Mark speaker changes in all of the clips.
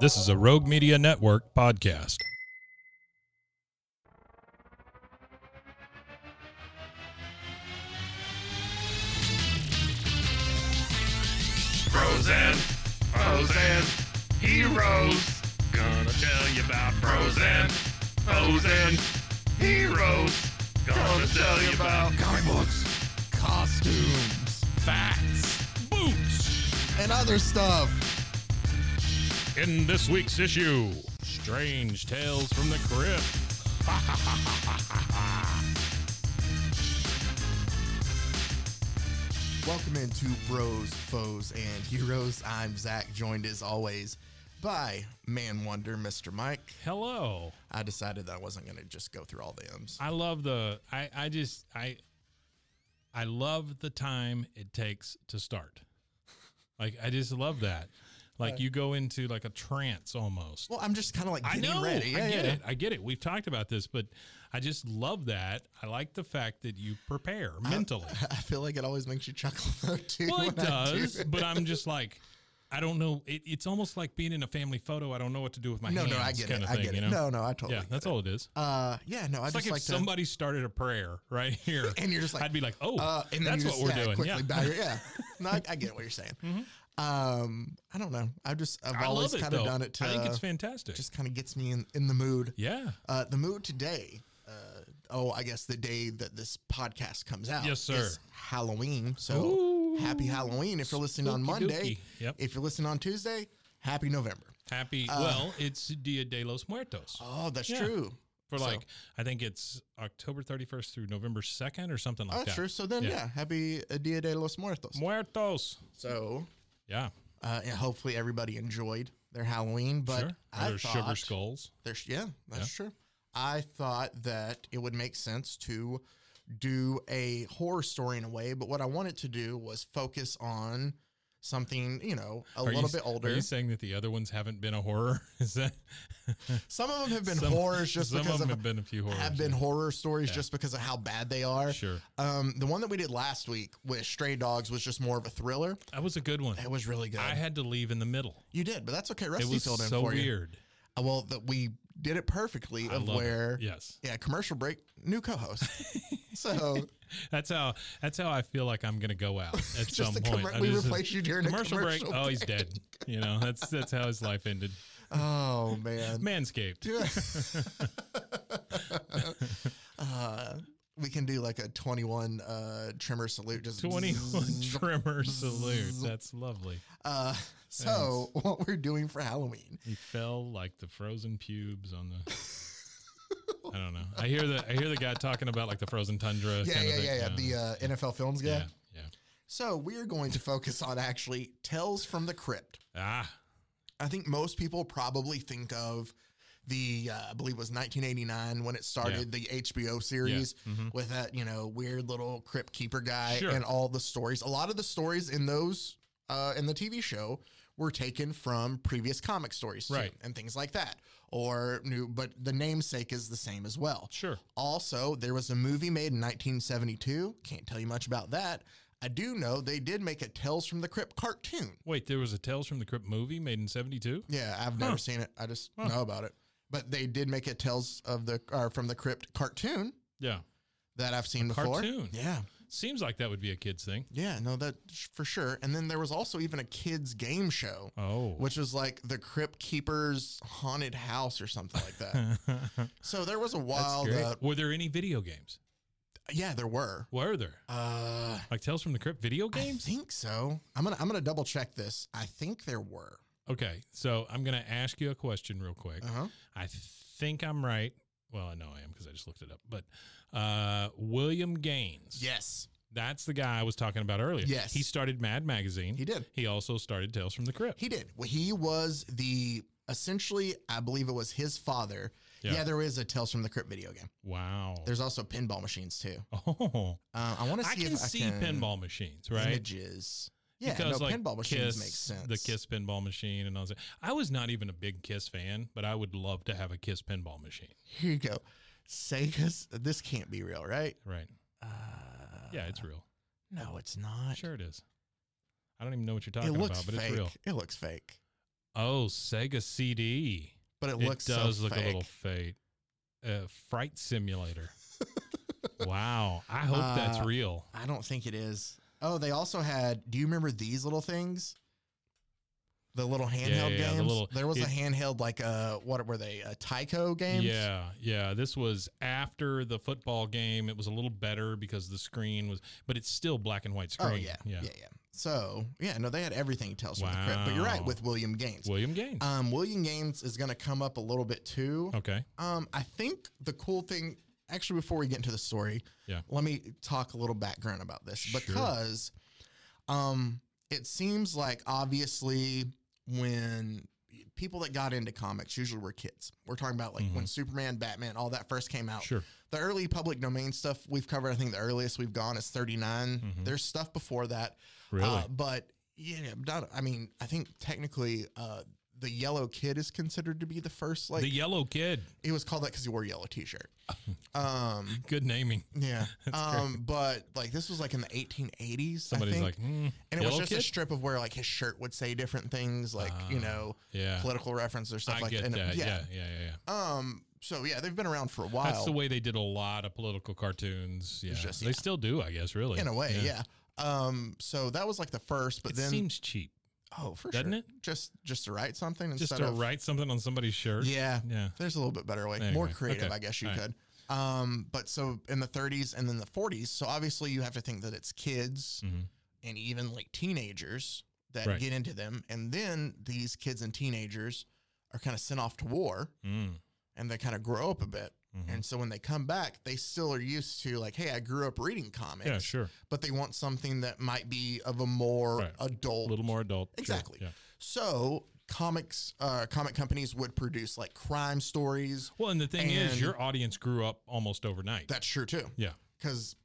Speaker 1: This is a Rogue Media Network podcast.
Speaker 2: Frozen, frozen, heroes. Gonna tell you about frozen, frozen, heroes. Gonna tell you about
Speaker 3: comic books, costumes,
Speaker 2: facts
Speaker 1: Boots!
Speaker 3: and other stuff.
Speaker 1: In this week's issue, Strange Tales from the Crypt.
Speaker 3: Welcome into Bros, Foes, and Heroes. I'm Zach, joined as always by Man Wonder, Mr. Mike.
Speaker 1: Hello.
Speaker 3: I decided that I wasn't going to just go through all the M's.
Speaker 1: I love the I I just I I love the time it takes to start. Like I just love that. Like you go into like a trance almost.
Speaker 3: Well, I'm just kind of like
Speaker 1: I
Speaker 3: getting
Speaker 1: know.
Speaker 3: ready.
Speaker 1: I get it. I get it. We've talked about this, but I just love that. I like the fact that you prepare mentally.
Speaker 3: I feel like it always makes you chuckle though too.
Speaker 1: well, it
Speaker 3: when I do
Speaker 1: does, but I'm just like, I don't know. It, it's almost like being in a family photo. I don't know what to do with my
Speaker 3: No,
Speaker 1: hands.
Speaker 3: no, I get
Speaker 1: kind
Speaker 3: it.
Speaker 1: Of
Speaker 3: I
Speaker 1: thing,
Speaker 3: get
Speaker 1: you
Speaker 3: it.
Speaker 1: know?
Speaker 3: No, no, I totally.
Speaker 1: yeah,
Speaker 3: get
Speaker 1: that's
Speaker 3: it.
Speaker 1: all it is.
Speaker 3: Uh, yeah, no, I
Speaker 1: It's
Speaker 3: just
Speaker 1: like if
Speaker 3: like to.
Speaker 1: somebody started a prayer right here,
Speaker 3: And you're just like,
Speaker 1: I'd be like, oh,
Speaker 3: Uh, and then
Speaker 1: that's
Speaker 3: you
Speaker 1: what
Speaker 3: just,
Speaker 1: we're
Speaker 3: yeah,
Speaker 1: doing.
Speaker 3: Quickly
Speaker 1: Yeah, Mm-hmm.
Speaker 3: bow your- yeah. No, I, I get what you're saying. Um, I don't know. I've just I've
Speaker 1: I
Speaker 3: always
Speaker 1: love it
Speaker 3: kind of
Speaker 1: though.
Speaker 3: done it to uh,
Speaker 1: I think it's fantastic.
Speaker 3: just kind of gets me in, in the mood.
Speaker 1: yeah.
Speaker 3: Uh, the mood today. Uh, oh, I guess the day that this podcast comes out.
Speaker 1: Yes, sir.
Speaker 3: is Halloween. So happy Halloween if you're listening on
Speaker 1: Spooky
Speaker 3: Monday.
Speaker 1: dooky. Yep.
Speaker 3: If you're listening on Tuesday, happy November.
Speaker 1: Happy.
Speaker 3: Uh,
Speaker 1: well, it's Dia de los Muertos.
Speaker 3: Oh, that's
Speaker 1: Yeah.
Speaker 3: true.
Speaker 1: for
Speaker 3: so-
Speaker 1: like, I think it's October 31st through November 2nd or something like
Speaker 3: Oh,
Speaker 1: that.
Speaker 3: that's true. So then,
Speaker 1: Yeah.
Speaker 3: yeah, happy uh, Dia de los Muertos.
Speaker 1: Muertos.
Speaker 3: so
Speaker 1: Yeah.
Speaker 3: uh, and hopefully everybody enjoyed their Halloween. But
Speaker 1: sure.
Speaker 3: I
Speaker 1: There's
Speaker 3: thought
Speaker 1: sugar skulls.
Speaker 3: There's yeah, that's true. I thought that it would make sense to do a horror story in a way, but what I wanted to do was focus on something, you know, a
Speaker 1: Are you
Speaker 3: little
Speaker 1: s-
Speaker 3: bit older.
Speaker 1: Are you saying that the other ones haven't been a horror? Is that
Speaker 3: some of them have been
Speaker 1: some-
Speaker 3: horrors just
Speaker 1: some
Speaker 3: because
Speaker 1: of them
Speaker 3: of
Speaker 1: have been a few horrors?
Speaker 3: have been horror stories
Speaker 1: Yeah.
Speaker 3: just because of how bad they are.
Speaker 1: Sure,
Speaker 3: Um, the one that we did last week with Stray Dogs was just more of a thriller.
Speaker 1: that was a good one.
Speaker 3: It was really good.
Speaker 1: I had to leave in the middle.
Speaker 3: you did, but that's okay. Rusty
Speaker 1: it was
Speaker 3: filled in
Speaker 1: so
Speaker 3: for
Speaker 1: weird.
Speaker 3: you. Uh, Well, that we did it perfectly
Speaker 1: I
Speaker 3: of
Speaker 1: love it.
Speaker 3: where
Speaker 1: Yes,
Speaker 3: yeah, commercial break, new co-host. so
Speaker 1: that's how that's how I feel like I'm gonna go out at some
Speaker 3: just a
Speaker 1: point.
Speaker 3: commer-
Speaker 1: I
Speaker 3: we
Speaker 1: just-
Speaker 3: replaced you during
Speaker 1: commercial,
Speaker 3: a
Speaker 1: break.
Speaker 3: commercial
Speaker 1: Oh, he's dead. You know, that's that's how his life ended.
Speaker 3: Oh man.
Speaker 1: Manscaped.
Speaker 3: Yeah. uh, we can do like a 21 uh, trimmer salute. Just
Speaker 1: Twenty-one
Speaker 3: zzz.
Speaker 1: trimmer salute. That's lovely.
Speaker 3: Uh, so what we're doing for Halloween?
Speaker 1: He fell like the frozen pubes on the. I don't know. I hear the I hear the guy talking about like the frozen tundra.
Speaker 3: Yeah,
Speaker 1: kind
Speaker 3: yeah,
Speaker 1: of thing.
Speaker 3: yeah, yeah. The uh, NFL Films guy.
Speaker 1: yeah, yeah.
Speaker 3: So we are going to focus on actually tales from the crypt.
Speaker 1: Ah,
Speaker 3: I think most people probably think of the uh, I believe it was 1989 when it started the HBO series
Speaker 1: mhm.
Speaker 3: with that you know weird little crypt keeper guy
Speaker 1: Sure.
Speaker 3: and all the stories. A lot of the stories in those uh, in the TV show were taken from previous comic stories, too,
Speaker 1: Right.
Speaker 3: and things like that. Or new, but the namesake is the same as well.
Speaker 1: sure.
Speaker 3: Also, there was a movie made in 1972. Can't tell you much about that. I do know they did make a Tales from the Crypt cartoon.
Speaker 1: Wait, there was a Tales from the Crypt movie made in '72.
Speaker 3: Yeah, I've never seen it. I just know about it. But they did make a Tales of the or from the Crypt cartoon
Speaker 1: Yeah,
Speaker 3: that I've seen before.
Speaker 1: cartoon.
Speaker 3: Yeah.
Speaker 1: seems like that would be a kids thing.
Speaker 3: Yeah, no, that sh- for sure. And then there was also even a kids game show,
Speaker 1: Oh,
Speaker 3: which was like the Crypt Keeper's Haunted House or something like that.
Speaker 1: that's
Speaker 3: so there was a while
Speaker 1: great.
Speaker 3: that
Speaker 1: Were there any video games?
Speaker 3: yeah, there were.
Speaker 1: Were there
Speaker 3: Uh
Speaker 1: like Tales from the Crypt video
Speaker 3: I
Speaker 1: games?
Speaker 3: think so. I'm going to I'm going to double check this. I think there were.
Speaker 1: Okay, so I'm gonna ask you a question real quick.
Speaker 3: Uh-huh.
Speaker 1: I think I'm right. Well, I know I am because I just looked it up. But uh, William Gaines
Speaker 3: Yes.
Speaker 1: That's the guy I was talking about earlier.
Speaker 3: Yes.
Speaker 1: He started Mad Magazine.
Speaker 3: He did.
Speaker 1: He also started Tales from the Crypt.
Speaker 3: He did. Well, he was the essentially, I believe it was his father.
Speaker 1: Yeah.
Speaker 3: Yeah, there is a Tales from the Crypt video game.
Speaker 1: wow.
Speaker 3: There's also pinball machines too.
Speaker 1: oh.
Speaker 3: Um, I want to see
Speaker 1: I can
Speaker 3: if
Speaker 1: see
Speaker 3: I can
Speaker 1: pinball machines, right?
Speaker 3: images. Yeah,
Speaker 1: because
Speaker 3: no,
Speaker 1: like
Speaker 3: pinball machines
Speaker 1: Kiss,
Speaker 3: make sense.
Speaker 1: The Kiss pinball machine and all that. I was not even a big Kiss fan, but I would love to have a Kiss pinball machine.
Speaker 3: Here you go. Sega's. This can't be real, right?
Speaker 1: Right?
Speaker 3: Uh,
Speaker 1: Yeah, it's real.
Speaker 3: No, it's not.
Speaker 1: Sure, it is. I don't even know what you're
Speaker 3: it
Speaker 1: talking
Speaker 3: looks
Speaker 1: about, but
Speaker 3: fake.
Speaker 1: it's real.
Speaker 3: It looks fake,
Speaker 1: Oh, Sega CD.
Speaker 3: but it,
Speaker 1: It
Speaker 3: looks
Speaker 1: does
Speaker 3: so
Speaker 1: look
Speaker 3: fake.
Speaker 1: a little fake. Uh, Fright Simulator. wow, I hope that's
Speaker 3: Uh,
Speaker 1: real.
Speaker 3: I don't think it is. Oh, they also had. Do you remember these little things? The little handheld
Speaker 1: yeah, yeah, the
Speaker 3: games.
Speaker 1: little-
Speaker 3: there was a
Speaker 1: it-
Speaker 3: handheld like uh, what were they? Uh, Tyco games.
Speaker 1: Yeah, yeah. This was after the football game. It was a little better because the screen was, but it's still black and white screen.
Speaker 3: Oh yeah, yeah, yeah. So yeah, no, they had everything Tales from the Crypt. But you're right
Speaker 1: Wow.
Speaker 3: with William Gaines.
Speaker 1: William Gaines.
Speaker 3: Um, William Gaines is going to come up a little bit too.
Speaker 1: okay.
Speaker 3: Um, I think the cool thing, actually, before we get into the story,
Speaker 1: Yeah.
Speaker 3: let me talk a little background about this
Speaker 1: Sure.
Speaker 3: because, um, it seems like obviously when people that got into comics usually were kids. We're talking about like when Superman, Batman, all that first came out.
Speaker 1: Mm-hmm. Sure.
Speaker 3: The early public domain stuff we've covered, I think the earliest we've gone is 39.
Speaker 1: Mhm.
Speaker 3: There's stuff before that.
Speaker 1: Really.
Speaker 3: Uh, but yeah, not, I mean, I think technically, uh, the yellow kid is considered to be the first like
Speaker 1: the Yellow Kid.
Speaker 3: he was called that because he wore a yellow T-shirt. Um,
Speaker 1: Good naming.
Speaker 3: yeah.
Speaker 1: That's
Speaker 3: um, but like this was like in the 1880s. I
Speaker 1: Somebody's
Speaker 3: think.
Speaker 1: like, mm,
Speaker 3: and it was
Speaker 1: Yellow
Speaker 3: just a
Speaker 1: Kid?
Speaker 3: strip of where like his shirt would say different things, like you
Speaker 1: Ah,
Speaker 3: know,
Speaker 1: yeah.
Speaker 3: political reference or stuff
Speaker 1: I
Speaker 3: like
Speaker 1: get
Speaker 3: and,
Speaker 1: that. Yeah. yeah, yeah, yeah.
Speaker 3: Um. So yeah, they've been around for a while.
Speaker 1: That's the way they did a lot of political cartoons. Yeah.
Speaker 3: just-
Speaker 1: They
Speaker 3: yeah.
Speaker 1: still do, I guess. Really.
Speaker 3: in a way. Yeah. Um. So that was like the first, but
Speaker 1: It
Speaker 3: then
Speaker 1: seems cheap.
Speaker 3: oh, for
Speaker 1: doesn't
Speaker 3: sure.
Speaker 1: it?
Speaker 3: Just just to write something instead
Speaker 1: Just to
Speaker 3: of
Speaker 1: write something on somebody's shirt.
Speaker 3: Yeah.
Speaker 1: Yeah.
Speaker 3: There's a little bit better way,
Speaker 1: Anyway,
Speaker 3: more creative,
Speaker 1: okay.
Speaker 3: I guess you
Speaker 1: All right.
Speaker 3: could. Um, but so in the 30s and then the 40s, so obviously you have to think that it's kids
Speaker 1: Mhm.
Speaker 3: and even like teenagers that
Speaker 1: Right.
Speaker 3: get into them, and then these kids and teenagers are kind of sent off to war
Speaker 1: Mm.
Speaker 3: and they kind of grow up a bit.
Speaker 1: Mhm.
Speaker 3: And so when they come back, they still are used to like, hey, I grew up reading comics,
Speaker 1: Yeah. Sure.
Speaker 3: but they want something that might be of a more
Speaker 1: Right. A
Speaker 3: adult
Speaker 1: little more adult. Sure.
Speaker 3: Exactly.
Speaker 1: Yeah.
Speaker 3: So comics, uh, comic companies would produce like crime stories.
Speaker 1: Well, and the thing is,
Speaker 3: And-
Speaker 1: your audience grew up almost overnight.
Speaker 3: That's true too,
Speaker 1: yeah,
Speaker 3: because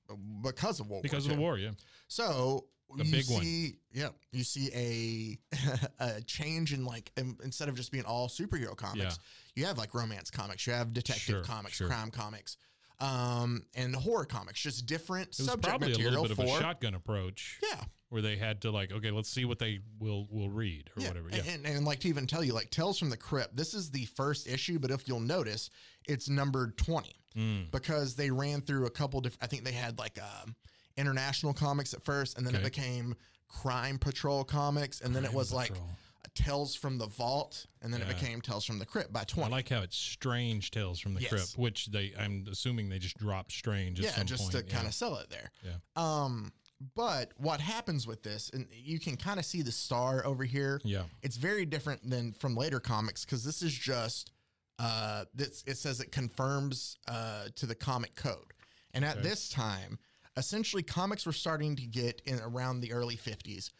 Speaker 3: because of World
Speaker 1: because
Speaker 3: War
Speaker 1: of the
Speaker 3: II.
Speaker 1: war. Yeah,
Speaker 3: So
Speaker 1: The
Speaker 3: you
Speaker 1: big one.
Speaker 3: see, yeah, you see a a change in like in, instead of just being all superhero comics, you have like romance comics, you have detective
Speaker 1: Sure,
Speaker 3: comics,
Speaker 1: sure.
Speaker 3: crime comics, um, and horror comics. Just different
Speaker 1: it was
Speaker 3: subject
Speaker 1: probably a little
Speaker 3: material
Speaker 1: bit of
Speaker 3: for
Speaker 1: a shotgun approach
Speaker 3: yeah,
Speaker 1: where they had to like, okay, let's see what they will will read or
Speaker 3: yeah.
Speaker 1: whatever. Yeah,
Speaker 3: And, and, and like to even tell you, like Tales from the Crypt. This is the first issue, but if you'll notice, it's numbered twenty.
Speaker 1: Mm.
Speaker 3: because they ran through a couple different. I think they had like um, international comics at first, and then
Speaker 1: Okay.
Speaker 3: it became Crime Patrol comics, and then it
Speaker 1: Crime
Speaker 3: was
Speaker 1: Patrol.
Speaker 3: like Tales from the Vault, and then
Speaker 1: Yeah.
Speaker 3: it became Tales from the Crypt by
Speaker 1: I
Speaker 3: twenty.
Speaker 1: like how it's strange tales from the
Speaker 3: Yes.
Speaker 1: crypt, which they I'm assuming they just dropped strange. At
Speaker 3: yeah,
Speaker 1: some
Speaker 3: just
Speaker 1: point.
Speaker 3: to kind of sell it there.
Speaker 1: Yeah.
Speaker 3: Um, but what happens with this, and you can kind of see the star over here.
Speaker 1: yeah,
Speaker 3: It's very different than from later comics because this is just uh, this. It says it confirms uh, to the comic code, and at
Speaker 1: Okay.
Speaker 3: this time, essentially, comics were starting to get in around the early fifties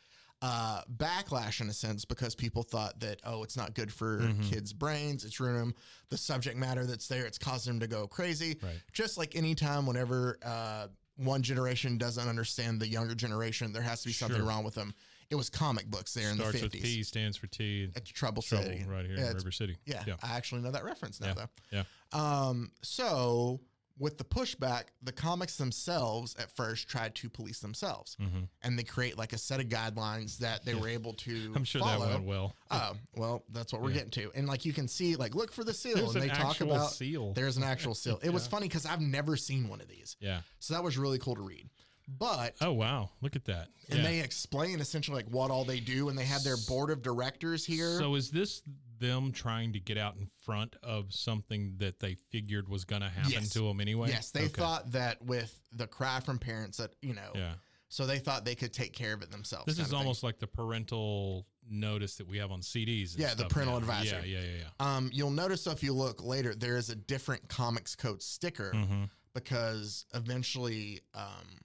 Speaker 3: uh, backlash in a sense because people thought that oh, it's not good for
Speaker 1: Mm-hmm.
Speaker 3: kids' brains, it's ruining 'em. the subject matter that's there, it's causing them to go crazy.
Speaker 1: Right.
Speaker 3: Just like any time, whenever uh, one generation doesn't understand the younger generation, there has to be something
Speaker 1: Sure.
Speaker 3: wrong with them. It was comic books there
Speaker 1: yeah.
Speaker 3: in
Speaker 1: starts
Speaker 3: the
Speaker 1: with
Speaker 3: fifties.
Speaker 1: T stands for T.
Speaker 3: It's Trouble,
Speaker 1: Trouble
Speaker 3: City.
Speaker 1: right here
Speaker 3: yeah,
Speaker 1: in
Speaker 3: it's-
Speaker 1: River City.
Speaker 3: yeah,
Speaker 1: yeah,
Speaker 3: I actually know that reference now,
Speaker 1: yeah.
Speaker 3: though. Um, so, with the pushback, the comics themselves at first tried to police themselves.
Speaker 1: Mhm.
Speaker 3: And they create like a set of guidelines that they were able to
Speaker 1: I'm sure
Speaker 3: follow.
Speaker 1: that went well.
Speaker 3: Oh, well, that's what we're
Speaker 1: Yeah.
Speaker 3: getting to. And like you can see, like, look for the seal.
Speaker 1: There's
Speaker 3: and
Speaker 1: an
Speaker 3: they talk
Speaker 1: actual
Speaker 3: about
Speaker 1: seal.
Speaker 3: there's an actual seal. It was
Speaker 1: Yeah.
Speaker 3: funny because I've never seen one of these.
Speaker 1: yeah.
Speaker 3: So that was really cool to read. But
Speaker 1: Oh wow, look at that.
Speaker 3: and
Speaker 1: yeah.
Speaker 3: they explain essentially like what all they do, and they had their board of directors here.
Speaker 1: So is this them trying to get out in front of something that they figured was going to happen
Speaker 3: Yes.
Speaker 1: to them anyway?
Speaker 3: Yes, they
Speaker 1: Okay.
Speaker 3: thought that with the cry from parents that you know,
Speaker 1: Yeah,
Speaker 3: so they thought they could take care of it themselves.
Speaker 1: this
Speaker 3: kind
Speaker 1: is
Speaker 3: of thing.
Speaker 1: almost like the parental notice that we have on CDs. and
Speaker 3: Yeah, the
Speaker 1: stuff
Speaker 3: parental
Speaker 1: now.
Speaker 3: advisory.
Speaker 1: Yeah, yeah, yeah, yeah.
Speaker 3: Um, you'll notice if you look later, there is a
Speaker 1: Hmm. Mm-hmm.
Speaker 3: different comics code sticker
Speaker 1: Mhm.
Speaker 3: because eventually um,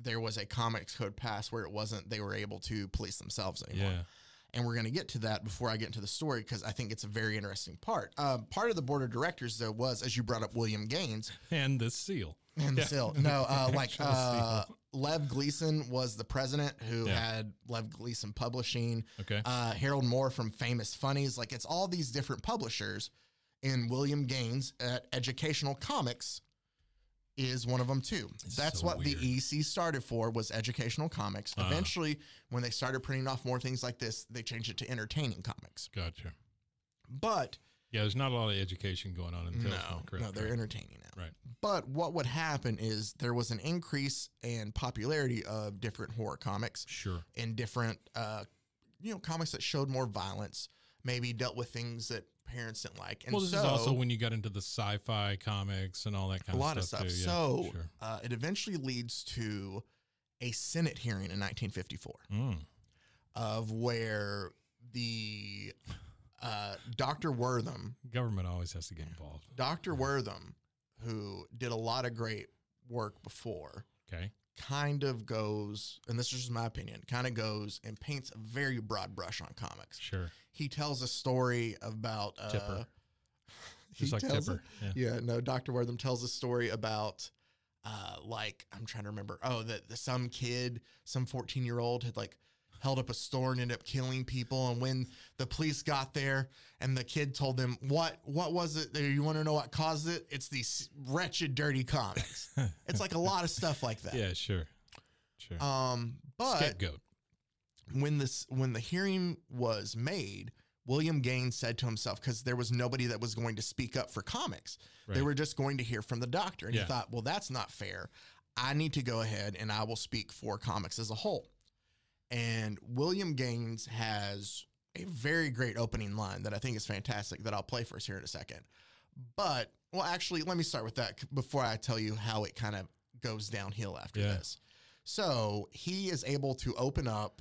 Speaker 3: there was a comics code pass where it wasn't they were able to police themselves anymore
Speaker 1: Yeah.
Speaker 3: and we're going to get to that before I get into the story because I think it's a very interesting part. Um, part of the board of directors, though, was as you brought up William Gaines
Speaker 1: And the seal.
Speaker 3: and
Speaker 1: Yeah.
Speaker 3: still no, uh, like
Speaker 1: Actual
Speaker 3: uh, Lev Gleason was the president who
Speaker 1: Yeah.
Speaker 3: had Lev Gleason Publishing,
Speaker 1: Okay.
Speaker 3: uh, Harold Moore from Famous Funnies, like it's all these different publishers, and William Gaines at Educational Comics is one of them too.
Speaker 1: It's
Speaker 3: That's
Speaker 1: so
Speaker 3: what
Speaker 1: weird.
Speaker 3: the EC started for was educational comics.
Speaker 1: Uh-huh.
Speaker 3: Eventually, when they started printing off more things like this, they changed it to entertaining comics.
Speaker 1: gotcha.
Speaker 3: But
Speaker 1: Yeah, there's not a lot of education going on in
Speaker 3: no,
Speaker 1: Tales from the
Speaker 3: no,
Speaker 1: Crypt,
Speaker 3: they're
Speaker 1: right?
Speaker 3: entertaining now.
Speaker 1: Right.
Speaker 3: But what would happen is there was an increase in popularity of different horror comics
Speaker 1: Sure.
Speaker 3: and different, uh, you know, comics that showed more violence, maybe dealt with things that parents didn't like. And
Speaker 1: well, this
Speaker 3: so,
Speaker 1: is also when you got into the sci-fi comics and all that
Speaker 3: a
Speaker 1: kind
Speaker 3: lot
Speaker 1: of
Speaker 3: of
Speaker 1: stuff.
Speaker 3: stuff.
Speaker 1: Too. Yeah,
Speaker 3: so
Speaker 1: sure.
Speaker 3: uh, it eventually leads to a Senate hearing in 1954
Speaker 1: Mm.
Speaker 3: of where the uh, Dr. Wortham
Speaker 1: government always has to get involved.
Speaker 3: Dr. Wortham, who did a lot of great work before,
Speaker 1: Okay.
Speaker 3: kind of goes, and this is just my opinion, kind of goes and paints a very broad brush on comics.
Speaker 1: Sure.
Speaker 3: He tells a story about uh,
Speaker 1: Tipper.
Speaker 3: he
Speaker 1: Just like
Speaker 3: tells
Speaker 1: Tipper. Yeah.
Speaker 3: yeah, no, Dr. Wortham tells a story about uh like I'm trying to remember. Oh, that the, some kid, some 14 year old had like held up a store and ended up killing people and when the police got there and the kid told them what what was it there you want to know what caused it it's these wretched dirty comics it's like a lot of stuff like that
Speaker 1: Yeah, sure. Sure.
Speaker 3: um but
Speaker 1: Scapegoat.
Speaker 3: when this when the hearing was made william gaines said to himself because there was nobody that was going to speak up for comics they
Speaker 1: Right.
Speaker 3: were just going to hear from the doctor and
Speaker 1: Yeah.
Speaker 3: he thought well that's not fair i need to go ahead and i will speak for comics as a whole and william gaines has a very great opening line that i think is fantastic that i'll play for us here in a second but well actually let me start with that c- before i tell you how it kind of goes downhill after
Speaker 1: Yeah.
Speaker 3: this so he is able to open up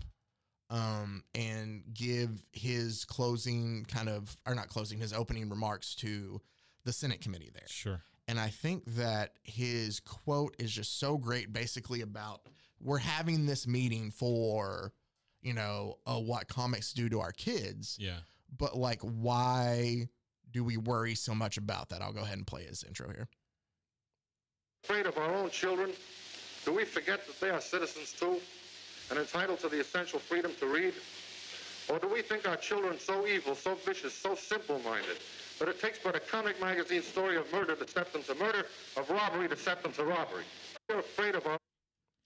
Speaker 3: um, and give his closing kind of, or not closing, his opening remarks to the Senate committee there.
Speaker 1: Sure.
Speaker 3: And I think that his quote is just so great, basically about we're having this meeting for, you know, uh, what comics do to our kids,
Speaker 1: Yeah.
Speaker 3: but like, why do we worry so much about that? I'll go ahead and play his intro here.
Speaker 4: afraid of our own children? Do we forget that they are citizens too and entitled to the essential freedom to read? Or do we think our children so evil, so vicious, so simple minded that it takes but a comic magazine story of murder to set them to murder, of robbery to set them to robbery? We're afraid of our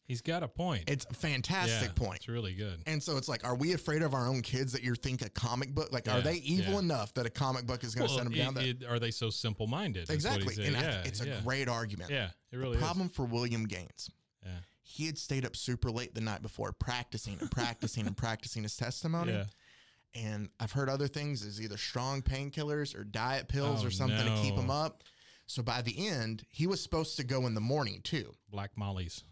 Speaker 1: He's got a point.
Speaker 3: It's a fantastic
Speaker 1: Yeah,
Speaker 3: point.
Speaker 1: It's really good.
Speaker 3: And so it's like, are we afraid of our own kids that you think a comic book, like, are
Speaker 1: Yeah,
Speaker 3: they evil
Speaker 1: yeah.
Speaker 3: enough that a comic book is going to send them
Speaker 1: it-
Speaker 3: down that?
Speaker 1: it- are they so simple minded?
Speaker 3: exactly. And I
Speaker 1: yeah,
Speaker 3: think it's a
Speaker 1: yeah.
Speaker 3: great argument.
Speaker 1: Yeah, it really
Speaker 3: the problem for William Gaines,
Speaker 1: is. Yeah.
Speaker 3: he had stayed up super late the night before practicing and practicing and practicing his testimony.
Speaker 1: Yeah.
Speaker 3: And I've heard other things is either strong painkillers or diet pills
Speaker 1: Oh,
Speaker 3: or something to keep him
Speaker 1: no.
Speaker 3: up. So by the end, he was supposed to go in the morning too.
Speaker 1: Black Molly's.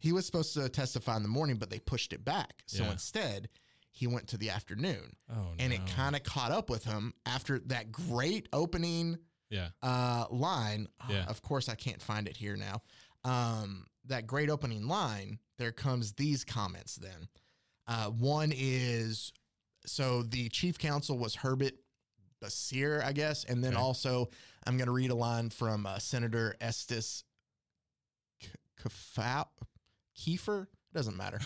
Speaker 3: He was supposed to testify in the morning, but they pushed it back. So
Speaker 1: Yeah.
Speaker 3: instead, he went to the afternoon.
Speaker 1: Oh,
Speaker 3: and
Speaker 1: no.
Speaker 3: it kind of caught up with him after that great opening
Speaker 1: Yeah.
Speaker 3: uh, line. Ah,
Speaker 1: Yeah.
Speaker 3: Of course, I can't find it here now. Um, that great opening line. There comes these comments. Then uh, one is so the chief counsel was Herbert Basir, I guess, and then
Speaker 1: Okay.
Speaker 3: also I'm going to read a line from uh, Senator Estes K- Kefau- Kiefer. Doesn't matter.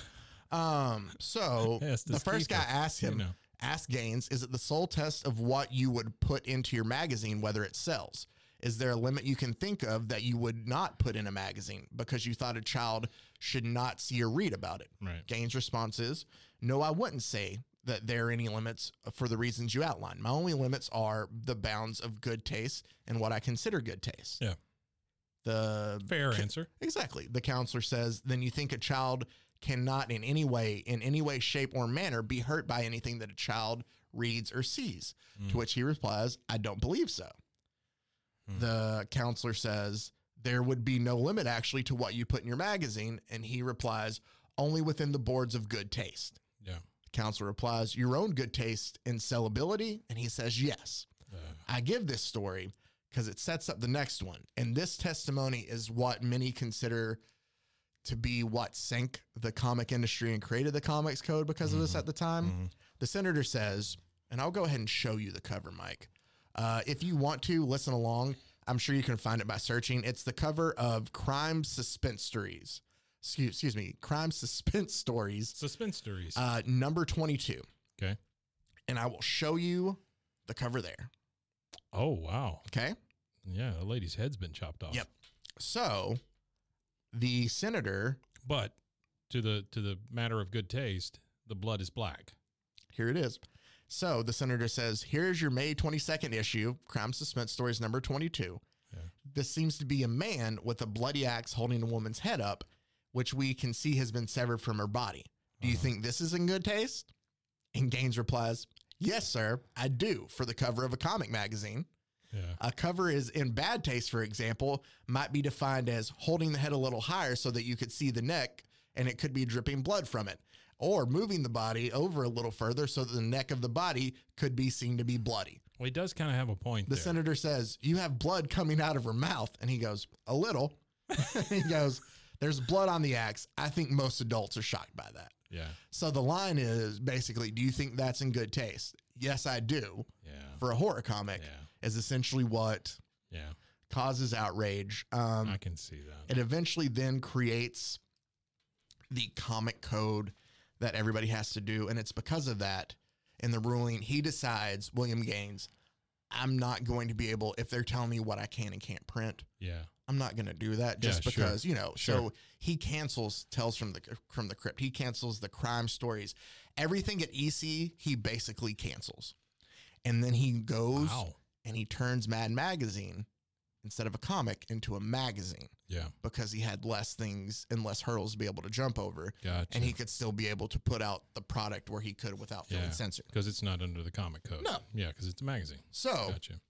Speaker 3: Um, so the
Speaker 1: Estes
Speaker 3: first guy
Speaker 1: Kiefer,
Speaker 3: asked him,
Speaker 1: You know.
Speaker 3: Ask Gaines, is it the sole test of what you would put into your magazine, whether it sells? Is there a limit you can think of that you would not put in a magazine because you thought a child should not see or read about it?
Speaker 1: Right.
Speaker 3: Gaines' response is, No, I wouldn't say that there are any limits for the reasons you outlined. My only limits are the bounds of good taste and what I consider good taste.
Speaker 1: Yeah.
Speaker 3: The
Speaker 1: Fair answer.
Speaker 3: Exactly. The counselor says, then you think a child cannot in any way, in any way, shape, or manner be hurt by anything that a child reads or sees. To which he replies, I don't believe so. The counselor says, there would be no limit actually to what you put in your magazine. And he replies, only within the boards of good taste.
Speaker 1: Yeah.
Speaker 3: The counselor replies, Your own good taste and sellability? And he says, Yes.
Speaker 1: Uh,
Speaker 3: I give this story because it sets up the next one. And this testimony is what many consider to be what sank the comic industry and created the comics code because of this at the time.
Speaker 1: Mm-hmm.
Speaker 3: The senator says, and I'll go ahead and show you the cover, Mike. Uh, if you want to listen along, I'm sure you can find it by searching. It's the cover of Crime Suspense Stories. Excuse, excuse me, Crime Suspense Stories,
Speaker 1: Suspense stories.
Speaker 3: uh, number 22.
Speaker 1: okay.
Speaker 3: And I will show you the cover there.
Speaker 1: Oh wow.
Speaker 3: Okay.
Speaker 1: Yeah, a lady's head's been chopped off.
Speaker 3: Yep. So the senator,
Speaker 1: But to the to the matter of good taste, the blood is black.
Speaker 3: here it is. So the senator says, Here's your May 22nd issue, Crime Suspense Stories number 22. This seems to be a man with a bloody axe holding a woman's head up, which we can see has been severed from her body. Do you think this is in good taste? And Gaines replies, Yes, sir, I do, for the cover of a comic magazine.
Speaker 1: Yeah.
Speaker 3: A cover is in bad taste, for example, might be defined as holding the head a little higher so that you could see the neck and it could be dripping blood from it, or moving the body over a little further so that the neck of the body could be seen to be bloody.
Speaker 1: Well, he does kind of have a point
Speaker 3: The
Speaker 1: there.
Speaker 3: senator says, You have blood coming out of her mouth. And he goes, A little. he goes, There's blood on the axe. I think most adults are shocked by that.
Speaker 1: yeah.
Speaker 3: So the line is basically, Do you think that's in good taste? Yes, I do.
Speaker 1: Yeah.
Speaker 3: For a horror comic,
Speaker 1: Yeah.
Speaker 3: is essentially what
Speaker 1: Yeah.
Speaker 3: causes outrage, um,
Speaker 1: I can see that.
Speaker 3: it eventually then creates the comic code that everybody has to do. And it's because of that in the ruling, he decides, William Gaines, I'm not going to be able, if they're telling me what I can and can't print,
Speaker 1: Yeah.
Speaker 3: I'm not going to do that just
Speaker 1: Yeah, sure.
Speaker 3: because you know. So
Speaker 1: Sure.
Speaker 3: he cancels Tales from the from the Crypt. He cancels the crime stories. Everything at EC he basically cancels, and then he goes
Speaker 1: Wow.
Speaker 3: and he turns Mad Magazine instead of a comic into a magazine
Speaker 1: Yeah.
Speaker 3: because he had less things and less hurdles to be able to jump over,
Speaker 1: Gotcha.
Speaker 3: and he could still be able to put out the product where he could without feeling
Speaker 1: Yeah.
Speaker 3: censored.
Speaker 1: because it's not under the comic code.
Speaker 3: No. Oh.
Speaker 1: Yeah, because it's a magazine.
Speaker 3: So.
Speaker 1: Gotcha.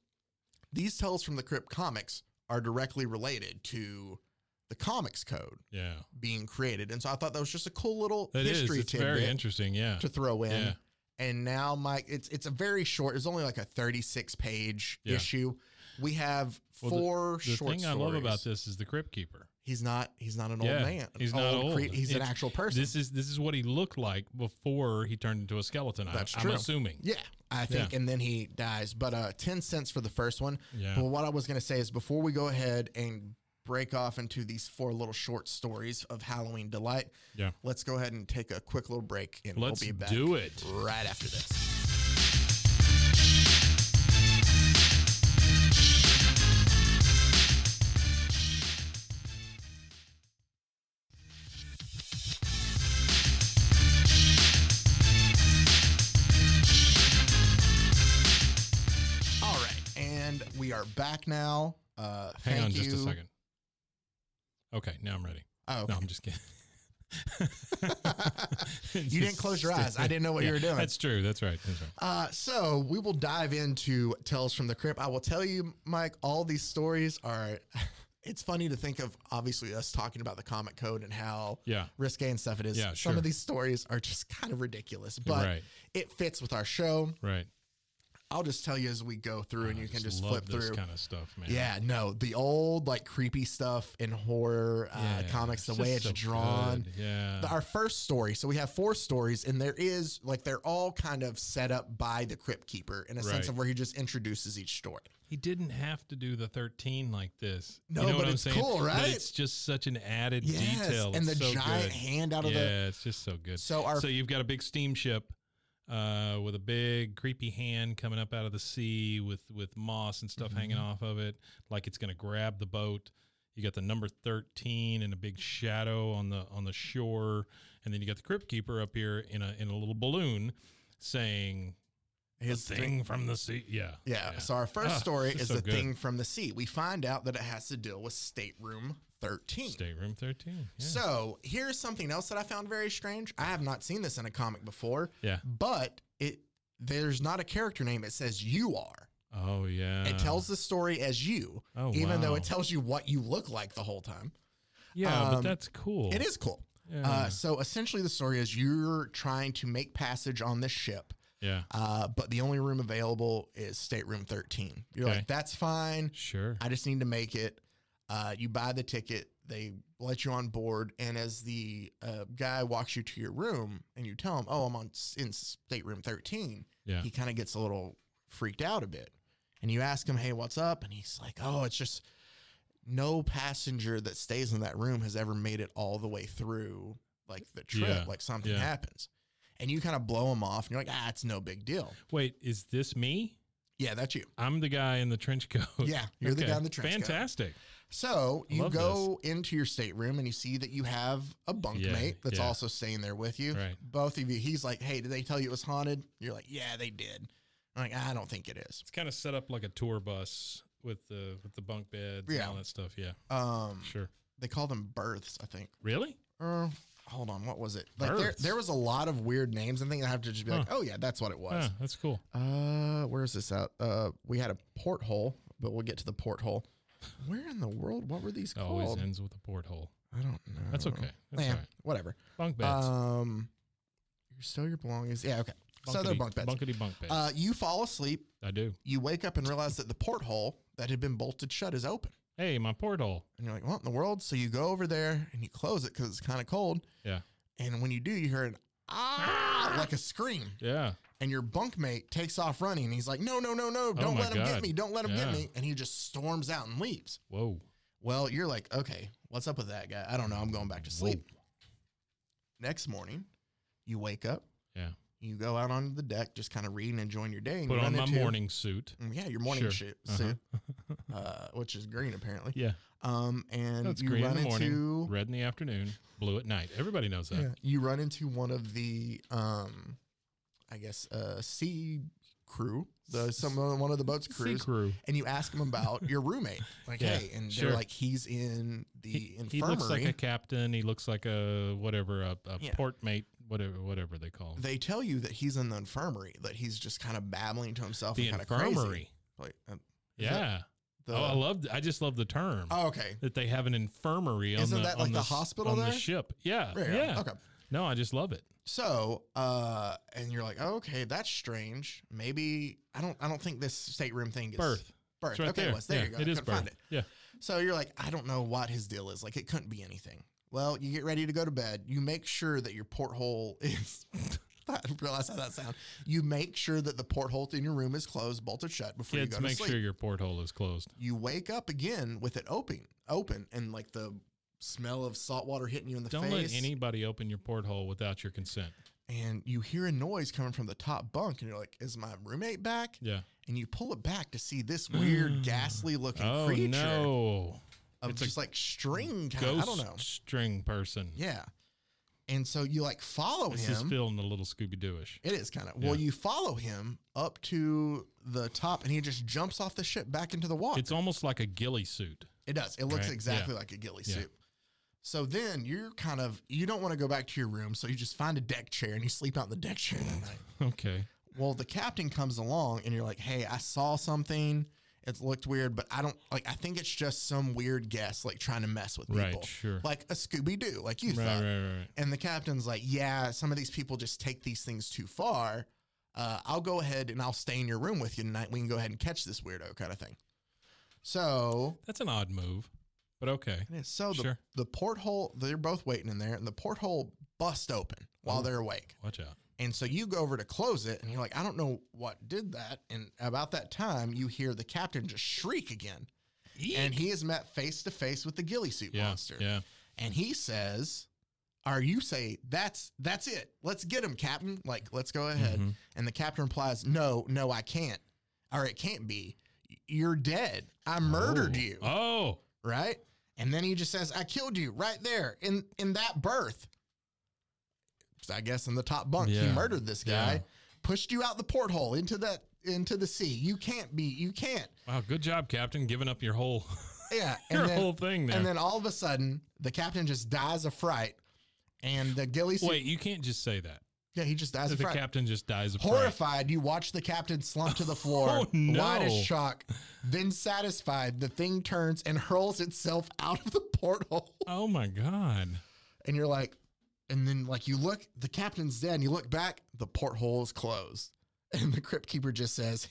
Speaker 3: these Tales from the Crypt comics are directly related to the comics code
Speaker 1: Yeah.
Speaker 3: being created. And so I thought that was just a cool little
Speaker 1: That is.
Speaker 3: history
Speaker 1: It's very
Speaker 3: tidbit
Speaker 1: interesting. Yeah.
Speaker 3: to throw in.
Speaker 1: Yeah.
Speaker 3: And now, Mike, it's it's a very short. It's only like a thirty-six page
Speaker 1: Yeah.
Speaker 3: issue. We have
Speaker 1: Well, the-
Speaker 3: four
Speaker 1: The
Speaker 3: short
Speaker 1: thing I
Speaker 3: stories.
Speaker 1: love about this is the Crypt Keeper.
Speaker 3: he's not he's not an old
Speaker 1: yeah,
Speaker 3: man.
Speaker 1: He's not old.
Speaker 3: cre- he's an
Speaker 1: It's-
Speaker 3: actual person.
Speaker 1: This is this is what he looked like before he turned into a skeleton.
Speaker 3: That's
Speaker 1: I,
Speaker 3: true.
Speaker 1: I'm assuming.
Speaker 3: Yeah, I think,
Speaker 1: Yeah.
Speaker 3: and then he dies. But uh, ten cents for the first one.
Speaker 1: Yeah.
Speaker 3: But what I was gonna say is before we go ahead and break off into these four little short stories of Halloween delight,
Speaker 1: Yeah.
Speaker 3: let's go ahead and take a quick little break, and
Speaker 1: Let's
Speaker 3: we'll be back
Speaker 1: do it.
Speaker 3: right after this. All right, and we are back now. Uh,
Speaker 1: Hang
Speaker 3: thank
Speaker 1: on just
Speaker 3: you.
Speaker 1: a second. Okay, now I'm ready.
Speaker 3: Oh, okay.
Speaker 1: No, I'm just kidding.
Speaker 3: You didn't close your eyes. I didn't know what you were doing.
Speaker 1: That's true. That's right. That's right.
Speaker 3: Uh, so we will dive into Tales from the Crypt. I will tell you, Mike, all these stories are. It's funny to think of obviously us talking about the comic code and how
Speaker 1: Yeah.
Speaker 3: risque and stuff it is.
Speaker 1: Yeah,
Speaker 3: Some
Speaker 1: sure.
Speaker 3: of these stories are just kind of ridiculous, but
Speaker 1: Right.
Speaker 3: it fits with our show.
Speaker 1: Right.
Speaker 3: I'll just tell you as we go through, and you can just
Speaker 1: Oh, love
Speaker 3: flip
Speaker 1: this
Speaker 3: through.
Speaker 1: kind of stuff, man.
Speaker 3: yeah, no, the old like creepy stuff in horror uh,
Speaker 1: Yeah,
Speaker 3: comics, the
Speaker 1: it's
Speaker 3: way
Speaker 1: just
Speaker 3: it's
Speaker 1: so
Speaker 3: drawn,
Speaker 1: good. Yeah.
Speaker 3: the- our first story. So we have four stories, and there is like they're all kind of set up by the crypt keeper in a sense
Speaker 1: Right.
Speaker 3: of where he just introduces each story.
Speaker 1: He didn't have to do the 13 like this.
Speaker 3: No, but it's cool,
Speaker 1: But
Speaker 3: right?
Speaker 1: it's just such an added
Speaker 3: Yes,
Speaker 1: detail.
Speaker 3: and the
Speaker 1: It's so
Speaker 3: giant
Speaker 1: good.
Speaker 3: hand out of
Speaker 1: yeah,
Speaker 3: the.
Speaker 1: it's just so good.
Speaker 3: So our-
Speaker 1: so you've got a big steamship uh, with a big creepy hand coming up out of the sea with with moss and
Speaker 3: Mm-hmm.
Speaker 1: stuff hanging off of it, like it's going to grab the boat. You got the number thirteen and a big shadow on the on the shore, and then you got the crypt keeper up here in a in a little balloon, saying
Speaker 3: His
Speaker 1: "The thing from the sea. Yeah,
Speaker 3: Yeah. So our first
Speaker 1: Ah,
Speaker 3: story
Speaker 1: this
Speaker 3: is
Speaker 1: so
Speaker 3: the
Speaker 1: good.
Speaker 3: thing from the sea. We find out that it has to deal with stateroom thirteen.
Speaker 1: Stateroom thirteen. Yeah.
Speaker 3: So here's something else that I found very strange. I have not seen this in a comic before,
Speaker 1: yeah.
Speaker 3: but it there's not a character name. It says you are.
Speaker 1: Oh yeah.
Speaker 3: It tells the story as you,
Speaker 1: Oh,
Speaker 3: even though
Speaker 1: wow.
Speaker 3: it tells you what you look like the whole time.
Speaker 1: Yeah,
Speaker 3: um,
Speaker 1: but that's cool.
Speaker 3: It is cool. Uh,
Speaker 1: Yeah.
Speaker 3: so essentially, the story is you're trying to make passage on this ship,
Speaker 1: yeah.
Speaker 3: uh, but the only room available is stateroom 13. You're
Speaker 1: Okay.
Speaker 3: like, that's fine.
Speaker 1: Sure.
Speaker 3: I just need to make it. Uh, you buy the ticket. They let you on board, and as the uh, guy walks you to your room, and you tell him, "Oh, I'm on s- in stateroom 13,"
Speaker 1: Yeah.
Speaker 3: he kind of gets a little freaked out a bit. And you ask him, "Hey, what's up?" And he's like, "Oh, it's just no passenger that stays in that room has ever made it all the way through like the trip,
Speaker 1: Yeah,
Speaker 3: like something
Speaker 1: yeah.
Speaker 3: happens." And you kind of blow him off, and you're like, "Ah, it's no big deal."
Speaker 1: Wait, is this me?
Speaker 3: Yeah, that's you.
Speaker 1: I'm the guy in the trench coat.
Speaker 3: Yeah, you're the guy in the trench coat.
Speaker 1: Fantastic.
Speaker 3: So
Speaker 1: I
Speaker 3: you
Speaker 1: love
Speaker 3: go into your stateroom and you see that you have a bunkmate
Speaker 1: Yeah,
Speaker 3: that's
Speaker 1: yeah.
Speaker 3: also staying there with you.
Speaker 1: Right.
Speaker 3: Both of you. He's like, "Hey, did they tell you it was haunted?" You're like, "Yeah, they did." I'm like, "I don't think it is."
Speaker 1: It's kind of set up like a tour bus with the with the bunk beds and
Speaker 3: Yeah.
Speaker 1: all that stuff. Yeah,
Speaker 3: Um,
Speaker 1: sure.
Speaker 3: they call them births, I think.
Speaker 1: Really?
Speaker 3: Uh, hold on, what was it? Like there,
Speaker 1: Births.
Speaker 3: there was a lot of weird names and things. I have to just be like, "Oh yeah, that's what it was."
Speaker 1: Ah, that's cool.
Speaker 3: Uh, where's this out? Uh, we had a porthole, but we'll get to the porthole. Where in the world? What were these
Speaker 1: It always
Speaker 3: called?
Speaker 1: ends with a porthole.
Speaker 3: I don't know.
Speaker 1: That's okay. That's
Speaker 3: Mm-hmm. yeah,
Speaker 1: all right.
Speaker 3: whatever.
Speaker 1: Bunk beds.
Speaker 3: Um, your still your belongings. Yeah, okay. So they're
Speaker 1: Bunkety-
Speaker 3: bunk beds.
Speaker 1: Bunkety bunk beds.
Speaker 3: Uh, you fall asleep.
Speaker 1: I do.
Speaker 3: You wake up and realize that the porthole that had been bolted shut is open,
Speaker 1: Hey, my porthole.
Speaker 3: and you're like, "What in the world?" So you go over there and you close it because it's kind of cold.
Speaker 1: Yeah.
Speaker 3: And when you do, you hear an ah like a scream,
Speaker 1: Yeah.
Speaker 3: and your bunkmate takes off running. And he's like, "No, no, no, no! Don't
Speaker 1: Oh my
Speaker 3: let him get
Speaker 1: God.
Speaker 3: me! Don't let him
Speaker 1: Yeah.
Speaker 3: get me!" And he just storms out and leaves.
Speaker 1: Whoa.
Speaker 3: Well, you're like, "Okay, what's up with that guy? I don't know. I'm going back to sleep." Next morning, you wake up.
Speaker 1: Yeah.
Speaker 3: you go out onto the deck, just kind of reading, enjoying your day. And
Speaker 1: Put
Speaker 3: you
Speaker 1: on
Speaker 3: run
Speaker 1: my
Speaker 3: into-
Speaker 1: morning suit.
Speaker 3: Mm, Yeah, your morning
Speaker 1: Sure.
Speaker 3: shit,
Speaker 1: Uh-huh.
Speaker 3: suit, uh, which is green apparently.
Speaker 1: Yeah.
Speaker 3: Um, and
Speaker 1: That's
Speaker 3: you
Speaker 1: green in
Speaker 3: run
Speaker 1: the morning,
Speaker 3: into
Speaker 1: red in the afternoon, blue at night. Everybody knows that.
Speaker 3: yeah, you run into one of the um, I guess uh, sea crew, the some one of the boat's
Speaker 1: Sea
Speaker 3: crews,
Speaker 1: crew.
Speaker 3: and you ask them about your roommate, like
Speaker 1: Yeah,
Speaker 3: hey, and
Speaker 1: sure.
Speaker 3: they're like he's in the
Speaker 1: he
Speaker 3: infirmary.
Speaker 1: looks like a captain. He looks like a whatever, a, a
Speaker 3: Yeah.
Speaker 1: port mate, whatever, whatever they call him.
Speaker 3: they tell you that he's in the infirmary, that he's just kind of babbling to himself.
Speaker 1: the
Speaker 3: and kind of crazy.
Speaker 1: infirmary.
Speaker 3: Like, um, Is that
Speaker 1: Yeah.
Speaker 3: the,
Speaker 1: oh, I loved. I just love the term
Speaker 3: oh, okay.
Speaker 1: that they have an infirmary. On
Speaker 3: Isn't
Speaker 1: the,
Speaker 3: that
Speaker 1: on
Speaker 3: like the
Speaker 1: s-
Speaker 3: hospital
Speaker 1: on the
Speaker 3: there?
Speaker 1: ship? Yeah.
Speaker 3: Yeah,
Speaker 1: Yeah.
Speaker 3: Okay.
Speaker 1: No, I just love it.
Speaker 3: So, uh, and you're like, oh, okay, that's strange. Maybe I don't, I don't think this stateroom thing is
Speaker 1: Birth.
Speaker 3: Birth.
Speaker 1: It's right
Speaker 3: okay,
Speaker 1: there.
Speaker 3: it was. There
Speaker 1: Yeah,
Speaker 3: you go.
Speaker 1: It
Speaker 3: I
Speaker 1: is
Speaker 3: couldn't
Speaker 1: birth.
Speaker 3: find it.
Speaker 1: Yeah.
Speaker 3: So you're like, I don't know what his deal is. Like, it couldn't be anything. Well, you get ready to go to bed. You make sure that your porthole is. I didn't realize how that sounds. You make sure that the porthole in your room is closed, bolted shut before you
Speaker 1: Kids,
Speaker 3: go to
Speaker 1: make
Speaker 3: sleep.
Speaker 1: sure your porthole is closed.
Speaker 3: you wake up again with it open, open, and like the smell of salt water hitting you in the
Speaker 1: Don't
Speaker 3: face.
Speaker 1: let anybody open your porthole without your consent.
Speaker 3: and you hear a noise coming from the top bunk, and you're like, "Is my roommate back?"
Speaker 1: Yeah.
Speaker 3: And you pull it back to see this weird, ghastly-looking
Speaker 1: Oh
Speaker 3: creature
Speaker 1: no.
Speaker 3: of
Speaker 1: It's a
Speaker 3: just like string kind.
Speaker 1: Ghost
Speaker 3: I don't know.
Speaker 1: string person.
Speaker 3: Yeah, and so you like follow
Speaker 1: This is
Speaker 3: him.
Speaker 1: feeling a little Scooby Dooish.
Speaker 3: it is kind of
Speaker 1: Yeah.
Speaker 3: well. You follow him up to the top, and he just jumps off the ship back into the water.
Speaker 1: It's almost like a ghillie suit.
Speaker 3: It does. It looks
Speaker 1: Right?
Speaker 3: exactly
Speaker 1: Yeah.
Speaker 3: like a ghillie
Speaker 1: Yeah.
Speaker 3: suit. So then you're kind of you don't want to go back to your room, so you just find a deck chair and you sleep out in the deck chair that night.
Speaker 1: Okay.
Speaker 3: Well, the captain comes along and you're like, "Hey, I saw something. It looked weird, but I don't like. I think it's just some weird guest like trying to mess with people,
Speaker 1: Right, sure.
Speaker 3: like a Scooby Doo, like you
Speaker 1: Right,
Speaker 3: thought."
Speaker 1: right, right, right.
Speaker 3: And the captain's like, "Yeah, some of these people just take these things too far. Uh, I'll go ahead and I'll stay in your room with you tonight. We can go ahead and catch this weirdo kind of thing." So
Speaker 1: That's an odd move, but okay.
Speaker 3: it is. So the,
Speaker 1: Sure.
Speaker 3: the porthole, they're both waiting in there, and the porthole busts open
Speaker 1: Oh.
Speaker 3: while they're awake.
Speaker 1: Watch out.
Speaker 3: And so you go over to close it, and you're like, I don't know what did that. And about that time, you hear the captain just shriek again. And he is met face to face with the ghillie suit
Speaker 1: Yeah.
Speaker 3: monster.
Speaker 1: Yeah.
Speaker 3: And he says, or you say, that's that's it. Let's get him, Captain. Like, let's go ahead.
Speaker 1: Mhm.
Speaker 3: And the captain replies, No, no, I can't. Or it can't be. You're dead. I murdered
Speaker 1: Oh.
Speaker 3: you
Speaker 1: Oh.
Speaker 3: right? And then he just says, "I killed you right there in in that berth." So I guess in the top bunk, he
Speaker 1: Yeah.
Speaker 3: murdered this guy,
Speaker 1: Yeah.
Speaker 3: pushed you out the porthole into that into the sea. You can't be, you can't.
Speaker 1: Wow. Good job, Captain. Giving up your whole
Speaker 3: Yeah, and
Speaker 1: your
Speaker 3: then
Speaker 1: whole thing there.
Speaker 3: and then all of a sudden, the captain just dies of fright, and the ghillie suit.
Speaker 1: Wait, you can't just say that.
Speaker 3: yeah, he just dies
Speaker 1: That
Speaker 3: of
Speaker 1: the
Speaker 3: fright.
Speaker 1: captain just dies of fright.
Speaker 3: Horrified, you watch the captain slump to the floor,
Speaker 1: Oh, no.
Speaker 3: wide as shock. Then satisfied, the thing turns and hurls itself out of the porthole.
Speaker 1: Oh my god.
Speaker 3: and you're like, and then like you look, the captain's dead, and you look back, the porthole is closed. And the crypt keeper just says,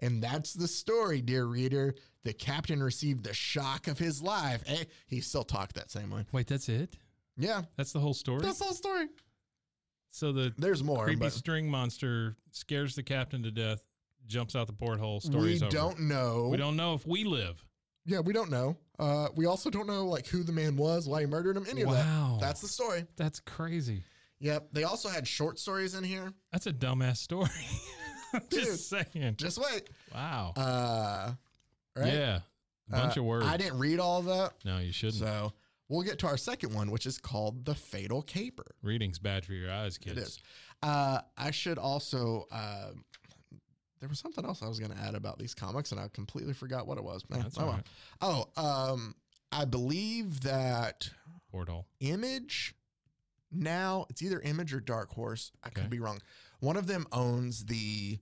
Speaker 3: and that's the story, dear reader. The captain received the shock of his life. Eh, he still talked that same way.
Speaker 1: Wait, that's it?
Speaker 3: Yeah,
Speaker 1: That's the whole story?
Speaker 3: that's the whole story.
Speaker 1: so the
Speaker 3: There's more.
Speaker 1: creepy
Speaker 3: but
Speaker 1: string monster scares the captain to death, jumps out the porthole,
Speaker 3: we
Speaker 1: story's over.
Speaker 3: don't know.
Speaker 1: we don't know if we live.
Speaker 3: Yeah, we don't know. Uh, we also don't know like who the man was, why he murdered him, any of that.
Speaker 1: Wow.
Speaker 3: That's the story.
Speaker 1: That's crazy.
Speaker 3: Yep. They also had short stories in here.
Speaker 1: That's a dumbass story. I'm just saying.
Speaker 3: Just wait.
Speaker 1: Wow.
Speaker 3: Uh, right?
Speaker 1: Yeah. A bunch
Speaker 3: Uh,
Speaker 1: of words.
Speaker 3: I didn't read all of that,
Speaker 1: no, you shouldn't.
Speaker 3: so we'll get to our second one, which is called the Fatal Caper.
Speaker 1: Reading's bad for your eyes, kids.
Speaker 3: is. Uh, I should also. Uh, there was something else I was going to add about these comics, and I completely forgot what it was. Man,
Speaker 1: That's
Speaker 3: oh,
Speaker 1: all
Speaker 3: well.
Speaker 1: right.
Speaker 3: oh, um, I believe that
Speaker 1: Porthole.
Speaker 3: Image now it's either Image or Dark Horse. I
Speaker 1: Okay.
Speaker 3: could be wrong. One of them owns the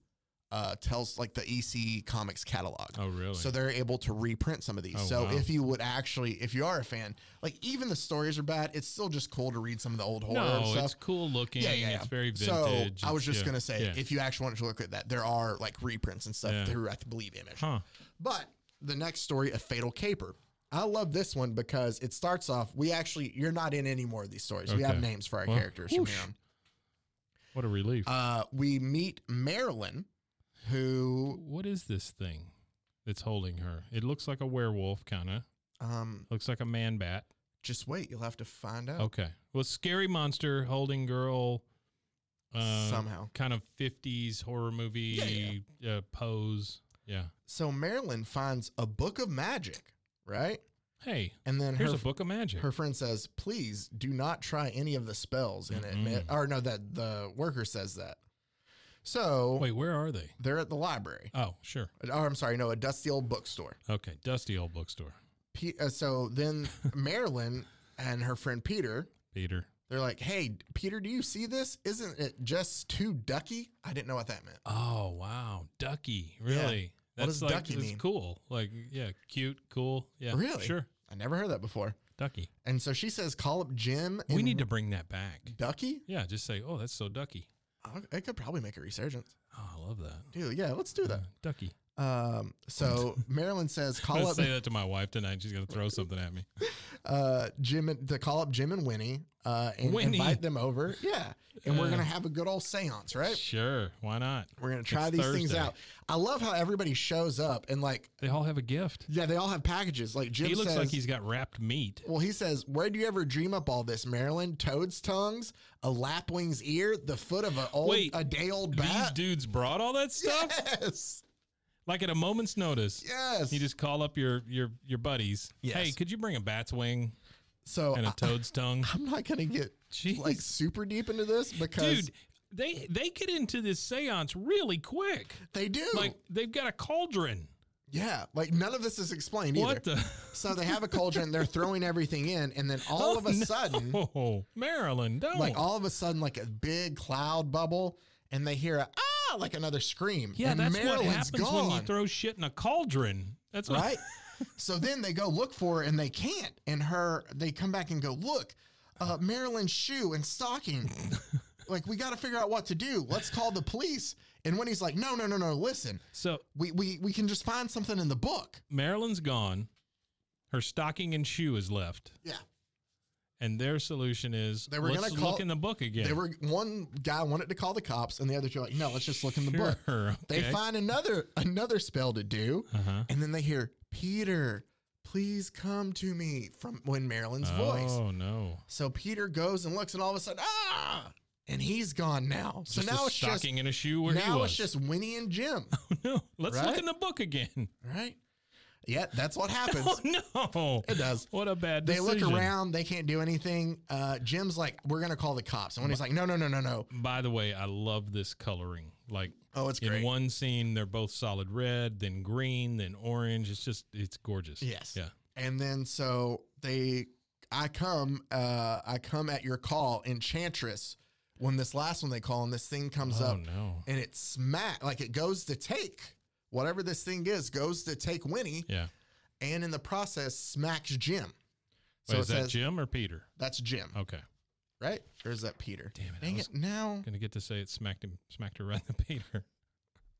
Speaker 3: uh tells like the EC Comics catalog.
Speaker 1: Oh, really?
Speaker 3: So they're able to reprint some of these.
Speaker 1: Oh,
Speaker 3: so
Speaker 1: wow.
Speaker 3: if you would actually, if you are a fan, like even the stories are bad, it's still just cool to read some of the old horror and
Speaker 1: no,
Speaker 3: stuff.
Speaker 1: it's cool looking. It's very
Speaker 3: So
Speaker 1: vintage.
Speaker 3: I was
Speaker 1: It's-
Speaker 3: just
Speaker 1: yeah.
Speaker 3: gonna say,
Speaker 1: Yeah.
Speaker 3: if you actually wanted to look at that, there are like reprints and stuff
Speaker 1: Yeah.
Speaker 3: through I believe Image.
Speaker 1: huh.
Speaker 3: But the next story, A Fatal Caper. I love this one because it starts off. We actually, you're not in any more of these stories. We have
Speaker 1: Okay.
Speaker 3: names for our
Speaker 1: Well,
Speaker 3: characters. From
Speaker 1: whoosh.
Speaker 3: here on.
Speaker 1: What a relief.
Speaker 3: Uh, we meet Marilyn, who
Speaker 1: what is this thing that's holding her? It looks like a werewolf, kind of.
Speaker 3: um,
Speaker 1: Looks like a man bat.
Speaker 3: just wait. You'll have to find out.
Speaker 1: Okay. Well, scary monster holding girl. Uh,
Speaker 3: Somehow.
Speaker 1: Kind of 50s horror movie Uh, pose. Yeah.
Speaker 3: So Marilyn finds a book of magic, right?
Speaker 1: Hey,
Speaker 3: And then
Speaker 1: here's
Speaker 3: her
Speaker 1: a book of magic.
Speaker 3: her friend says, "Please do not try any of the spells in
Speaker 1: Mm-hmm.
Speaker 3: it." ma- Or no, that the worker says that. So
Speaker 1: Wait, where are they?
Speaker 3: they're at the library.
Speaker 1: Oh, sure.
Speaker 3: Oh, I'm sorry. No, a dusty old bookstore.
Speaker 1: Okay. Dusty old bookstore.
Speaker 3: P- uh, so then Marilyn and her friend Peter,
Speaker 1: Peter.
Speaker 3: they're like, "Hey, Peter, do you see this? Isn't it just too ducky?" I didn't know what that meant.
Speaker 1: Oh, wow. Ducky. Really?
Speaker 3: What does
Speaker 1: like,
Speaker 3: ducky
Speaker 1: that's
Speaker 3: mean?
Speaker 1: cool. Like, yeah, cute, cool. Yeah.
Speaker 3: Really?
Speaker 1: Sure.
Speaker 3: I never heard that before.
Speaker 1: Ducky.
Speaker 3: And so she says, "Call up Jim." And
Speaker 1: We need to bring that back.
Speaker 3: ducky.
Speaker 1: Yeah, just say, oh, that's so ducky.
Speaker 3: Oh, It could probably make a resurgence,
Speaker 1: Oh, I love that.
Speaker 3: dude. Yeah, let's do that.
Speaker 1: Yeah, ducky.
Speaker 3: Um, so Marilyn says,
Speaker 1: I'm
Speaker 3: "Call
Speaker 1: going
Speaker 3: up."
Speaker 1: to say that to my wife tonight. She's going to throw something at me.
Speaker 3: uh, Jim and to call up Jim and Winnie uh, and
Speaker 1: Winnie.
Speaker 3: invite them over. Yeah, and we're
Speaker 1: Uh.
Speaker 3: gonna have a good old séance, right?
Speaker 1: Sure. Why not?
Speaker 3: We're gonna try
Speaker 1: It's
Speaker 3: these things
Speaker 1: Thursday.
Speaker 3: out. I love how everybody shows up and like,
Speaker 1: They all have a gift.
Speaker 3: yeah, they all have packages. Like Jim
Speaker 1: he looks
Speaker 3: says,
Speaker 1: like he's got wrapped meat.
Speaker 3: well, he says, "Where do you ever dream up all this, Marilyn? Toad's tongues, a lapwing's ear, the foot of a old,
Speaker 1: Wait,
Speaker 3: a day old
Speaker 1: These
Speaker 3: bat."
Speaker 1: dudes brought all that stuff?
Speaker 3: yes,
Speaker 1: Like at a moment's notice.
Speaker 3: yes.
Speaker 1: You just call up your your your buddies.
Speaker 3: Yes.
Speaker 1: Hey, could you bring a bat's wing
Speaker 3: so
Speaker 1: and a
Speaker 3: I,
Speaker 1: toad's tongue?
Speaker 3: I'm not gonna get
Speaker 1: Jeez.
Speaker 3: like super deep into this because
Speaker 1: Dude, they they get into this séance really quick.
Speaker 3: they do.
Speaker 1: Like they've got a cauldron.
Speaker 3: yeah, like none of this is explained either.
Speaker 1: What the
Speaker 3: So they have a cauldron, they're throwing everything in, and then all of a sudden,
Speaker 1: Oh, Marilyn, don't.
Speaker 3: like all of a sudden, like a big cloud bubble, and they hear a ah, like another scream.
Speaker 1: yeah,
Speaker 3: and
Speaker 1: that's what
Speaker 3: Marilyn's
Speaker 1: happens when you throw shit in a cauldron. That's what,
Speaker 3: right? so then they go look for her and they can't. And her, they come back and go, look, uh, Marilyn's shoe and stocking. like, we got to figure out what to do. Let's call the police. And when he's like, no, no, no, no, listen,
Speaker 1: So
Speaker 3: we, we, we can just find something in the book.
Speaker 1: Marilyn's gone. Her stocking and shoe is left,
Speaker 3: Yeah.
Speaker 1: and their solution is
Speaker 3: They were
Speaker 1: let's
Speaker 3: gonna
Speaker 1: look
Speaker 3: call-
Speaker 1: in the book again.
Speaker 3: They were one guy wanted to call the cops, and the other two were like, no, let's just look in the book.
Speaker 1: Sure,
Speaker 3: They
Speaker 1: okay.
Speaker 3: find another another spell to do,
Speaker 1: Uh-huh.
Speaker 3: and then they hear Peter, please come to me from when Marilyn's voice.
Speaker 1: Oh no!
Speaker 3: So Peter goes and looks, and all of a sudden, ah, and he's gone now. So
Speaker 1: just
Speaker 3: now
Speaker 1: a
Speaker 3: it's just
Speaker 1: stocking and a shoe where he
Speaker 3: now
Speaker 1: was.
Speaker 3: it's just Winnie and Jim,
Speaker 1: no, let's
Speaker 3: Right?
Speaker 1: look in the book again.
Speaker 3: right? Yeah, that's what happens.
Speaker 1: Oh no!
Speaker 3: It does.
Speaker 1: What a bad.
Speaker 3: They look
Speaker 1: decision.
Speaker 3: around, they can't do anything. Uh, Jim's like, we're gonna call the cops, and when he's like, no, no, no, no, no.
Speaker 1: By the way, I love this coloring. Like
Speaker 3: Oh, it's
Speaker 1: in
Speaker 3: great.
Speaker 1: one scene, they're both solid red, then green, then orange. It's just it's gorgeous.
Speaker 3: Yes.
Speaker 1: Yeah.
Speaker 3: And then so they I come uh I come at your call, Enchantress, when this last one they call and this thing comes
Speaker 1: Oh
Speaker 3: up
Speaker 1: no.
Speaker 3: and it smack like it goes to take whatever this thing is goes to take Winnie
Speaker 1: Yeah.
Speaker 3: and in the process smacks Jim.
Speaker 1: Wait,
Speaker 3: So
Speaker 1: is
Speaker 3: it
Speaker 1: that
Speaker 3: says
Speaker 1: Jim or Peter?
Speaker 3: that's Jim,
Speaker 1: Okay.
Speaker 3: right? Or is that Peter?
Speaker 1: Damn it, I
Speaker 3: Dang
Speaker 1: was
Speaker 3: it. Now
Speaker 1: Gonna get to say it smacked him smacked her right in the Peter.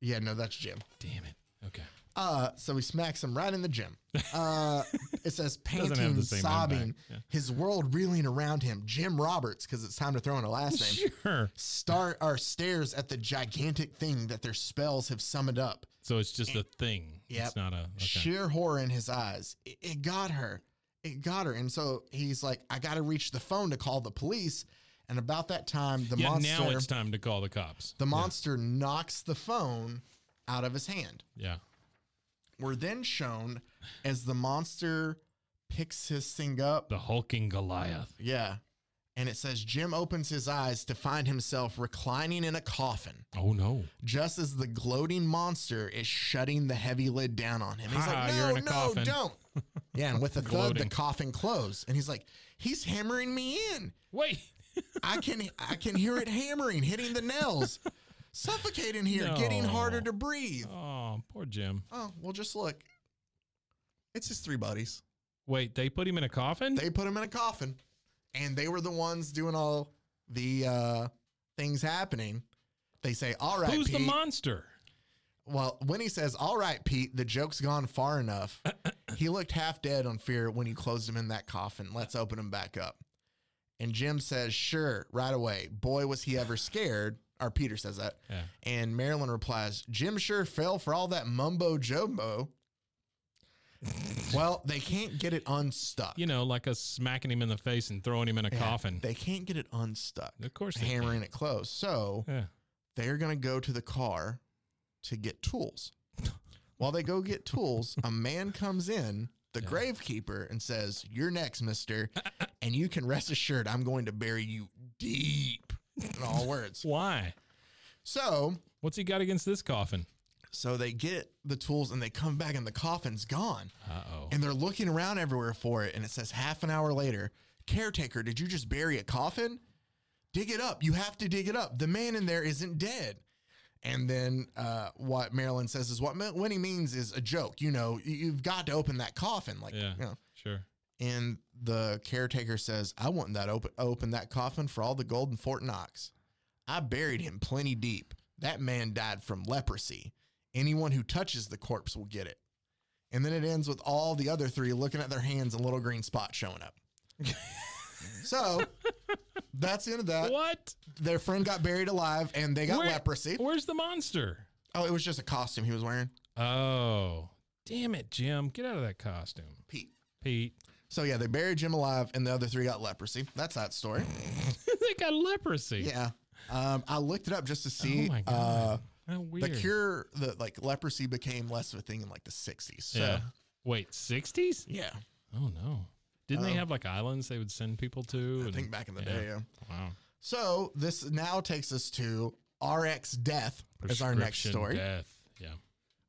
Speaker 3: Yeah, no, that's Jim.
Speaker 1: Damn it. Okay.
Speaker 3: Uh, so he smacks him right in the gym. Uh, it says
Speaker 1: Doesn't have
Speaker 3: panting,
Speaker 1: the same
Speaker 3: sobbing,
Speaker 1: impact. Yeah.
Speaker 3: his world reeling around him. Jim Roberts, because it's time to throw in a last name.
Speaker 1: Sure.
Speaker 3: Star or stares at the gigantic thing that their spells have summoned up.
Speaker 1: So it's just a thing. Yeah.
Speaker 3: Yep.
Speaker 1: It's not a. Okay.
Speaker 3: Sheer horror in his eyes. It, it got her. It got her. And so he's like, I got to reach the phone to call the police. And about that time, the
Speaker 1: yeah.
Speaker 3: monster,
Speaker 1: Now it's time to call the cops.
Speaker 3: the
Speaker 1: Yeah.
Speaker 3: monster knocks the phone out of his hand.
Speaker 1: Yeah.
Speaker 3: We're then shown as the monster picks his thing up.
Speaker 1: The hulking Goliath.
Speaker 3: Yeah. And it says Jim opens his eyes to find himself reclining in a coffin,
Speaker 1: Oh no.
Speaker 3: just as the gloating monster is shutting the heavy lid down on him. He's
Speaker 1: Ha,
Speaker 3: like,
Speaker 1: you're in
Speaker 3: "No,
Speaker 1: a
Speaker 3: no,
Speaker 1: coffin."
Speaker 3: don't!" Yeah, and with a thud, the
Speaker 1: Gloating.
Speaker 3: coffin closed, and he's like, "He's hammering me in.
Speaker 1: Wait.
Speaker 3: I can, I can hear it hammering, hitting the nails, suffocating here, getting
Speaker 1: No.
Speaker 3: harder to breathe."
Speaker 1: Oh, poor Jim.
Speaker 3: Oh, well, just look. It's his three buddies.
Speaker 1: Wait, they put him in a coffin.
Speaker 3: they put him in a coffin and they were the ones doing all the uh things happening they say all right
Speaker 1: Who's
Speaker 3: pete
Speaker 1: the monster?
Speaker 3: well when he says all right pete the joke's gone far enough he looked half dead on fear when you closed him in that coffin let's open him back up and jim says sure right away boy was he ever scared or peter says that
Speaker 1: Yeah.
Speaker 3: and marilyn replies jim sure fell for all that mumbo jumbo well they can't get it unstuck
Speaker 1: You know, like us smacking him in the face and throwing him in a
Speaker 3: Yeah,
Speaker 1: coffin.
Speaker 3: They can't get it unstuck.
Speaker 1: of course. They
Speaker 3: hammering it close. So
Speaker 1: Yeah.
Speaker 3: they're going to go to the car to get tools. While they go get tools, a man comes in, the
Speaker 1: Yeah.
Speaker 3: gravekeeper, and says, You're next, mister. And you can rest assured I'm going to bury you deep in all words.
Speaker 1: Why?
Speaker 3: So
Speaker 1: What's he got against this coffin?
Speaker 3: so they get the tools and they come back and the coffin's gone.
Speaker 1: Uh oh.
Speaker 3: And they're looking around everywhere for it. And it says half an hour later, caretaker, did you just bury a coffin? Dig it up. You have to dig it up. The man in there isn't dead. And then uh, what Marilyn says is what Ma- Winnie means is a joke. You know, you- you've got to open that coffin. Like,
Speaker 1: Yeah.
Speaker 3: you know.
Speaker 1: Sure.
Speaker 3: And the caretaker says, I want that open open that coffin for all the gold in Fort Knox. I buried him plenty deep. That man died from leprosy. Anyone who touches the corpse will get it. And then it ends with all the other three looking at their hands and little green spot showing up. so that's the end of that.
Speaker 1: What?
Speaker 3: Their friend got buried alive and they got
Speaker 1: Where-
Speaker 3: leprosy.
Speaker 1: Where's the monster?
Speaker 3: Oh, it was just a costume he was wearing.
Speaker 1: Oh, damn it, Jim. Get out of that costume.
Speaker 3: Pete.
Speaker 1: Pete.
Speaker 3: So yeah, they buried Jim alive and the other three got leprosy. That's that story.
Speaker 1: they got leprosy.
Speaker 3: Yeah. Um, I looked it up just to see.
Speaker 1: oh my
Speaker 3: Uh,
Speaker 1: god. How
Speaker 3: the
Speaker 1: weird.
Speaker 3: cure, the like leprosy became less of a thing in like the 60s. So,
Speaker 1: yeah.
Speaker 3: yeah.
Speaker 1: Wait, sixties? Oh no. Didn't they
Speaker 3: Um,
Speaker 1: have like islands they would send people to?
Speaker 3: I
Speaker 1: and-
Speaker 3: think back in the
Speaker 1: yeah.
Speaker 3: day. Yeah.
Speaker 1: Wow.
Speaker 3: So this now takes us to RX death as our next
Speaker 1: Prescription
Speaker 3: story.
Speaker 1: Death. Yeah.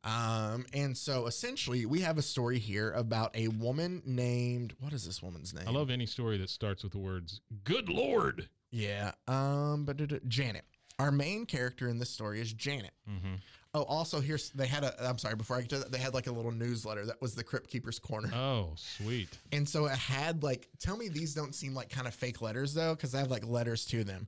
Speaker 3: Um, and so essentially we have a story here about a woman named, what is this woman's name?
Speaker 1: I love any story that starts with the words "Good Lord."
Speaker 3: Yeah. Um, but it- Janet, our main character in this story is Janet.
Speaker 1: Mm-hmm.
Speaker 3: Oh, also here's, they had a, I'm sorry, before I get to that, they had like a little newsletter that was the crypt keeper's corner.
Speaker 1: Oh, sweet.
Speaker 3: And so it had like, tell me these don't seem like kind of fake letters though, because they have like letters to them.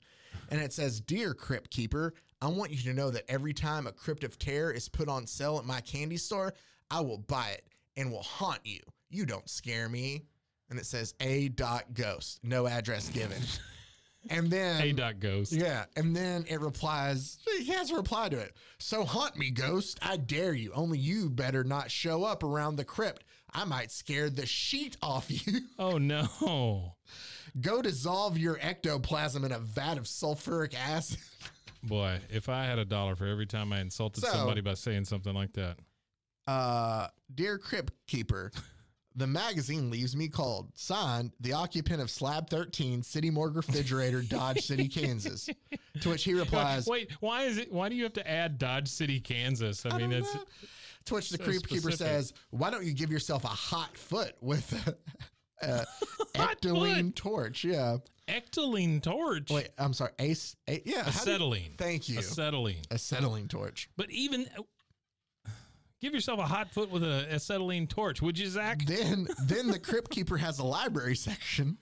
Speaker 3: And it says, Dear Crypt Keeper, I want you to know that every time a Crypt of Terror is put on sale at my candy store, I will buy it and will haunt you. You don't scare me. And it says, A dot ghost, no address given. and then.
Speaker 1: Hey, Doc Ghost.
Speaker 3: Yeah, and then it replies. He has a reply to it. So haunt me, ghost. I dare you. Only you better not show up around the crypt. I might scare the sheet off you.
Speaker 1: Oh no.
Speaker 3: Go dissolve your ectoplasm in a vat of sulfuric acid.
Speaker 1: Boy, if I had a dollar for every time I insulted
Speaker 3: So-
Speaker 1: somebody by saying something like that.
Speaker 3: Uh, dear crypt keeper, the magazine leaves me cold. Signed, the occupant of Slab Thirteen, City Morgue Refrigerator, Dodge City, Kansas. To which he replies,
Speaker 1: Wait, why is it? Why do you have to add Dodge City, Kansas? I, mean,
Speaker 3: don't
Speaker 1: that's
Speaker 3: know. To which the
Speaker 1: So
Speaker 3: creep keeper
Speaker 1: specific.
Speaker 3: says, "Why don't you give yourself a hot foot with a, a
Speaker 1: Hot
Speaker 3: ectoline
Speaker 1: foot?
Speaker 3: torch?" Yeah.
Speaker 1: ectoline torch.
Speaker 3: Wait, I'm sorry. Ace. A, yeah. how do you-
Speaker 1: acetylene.
Speaker 3: thank you.
Speaker 1: Acetylene.
Speaker 3: acetylene torch.
Speaker 1: But even give yourself a hot foot with an acetylene torch, would you, Zach?
Speaker 3: Then, then the crypt keeper has a library section.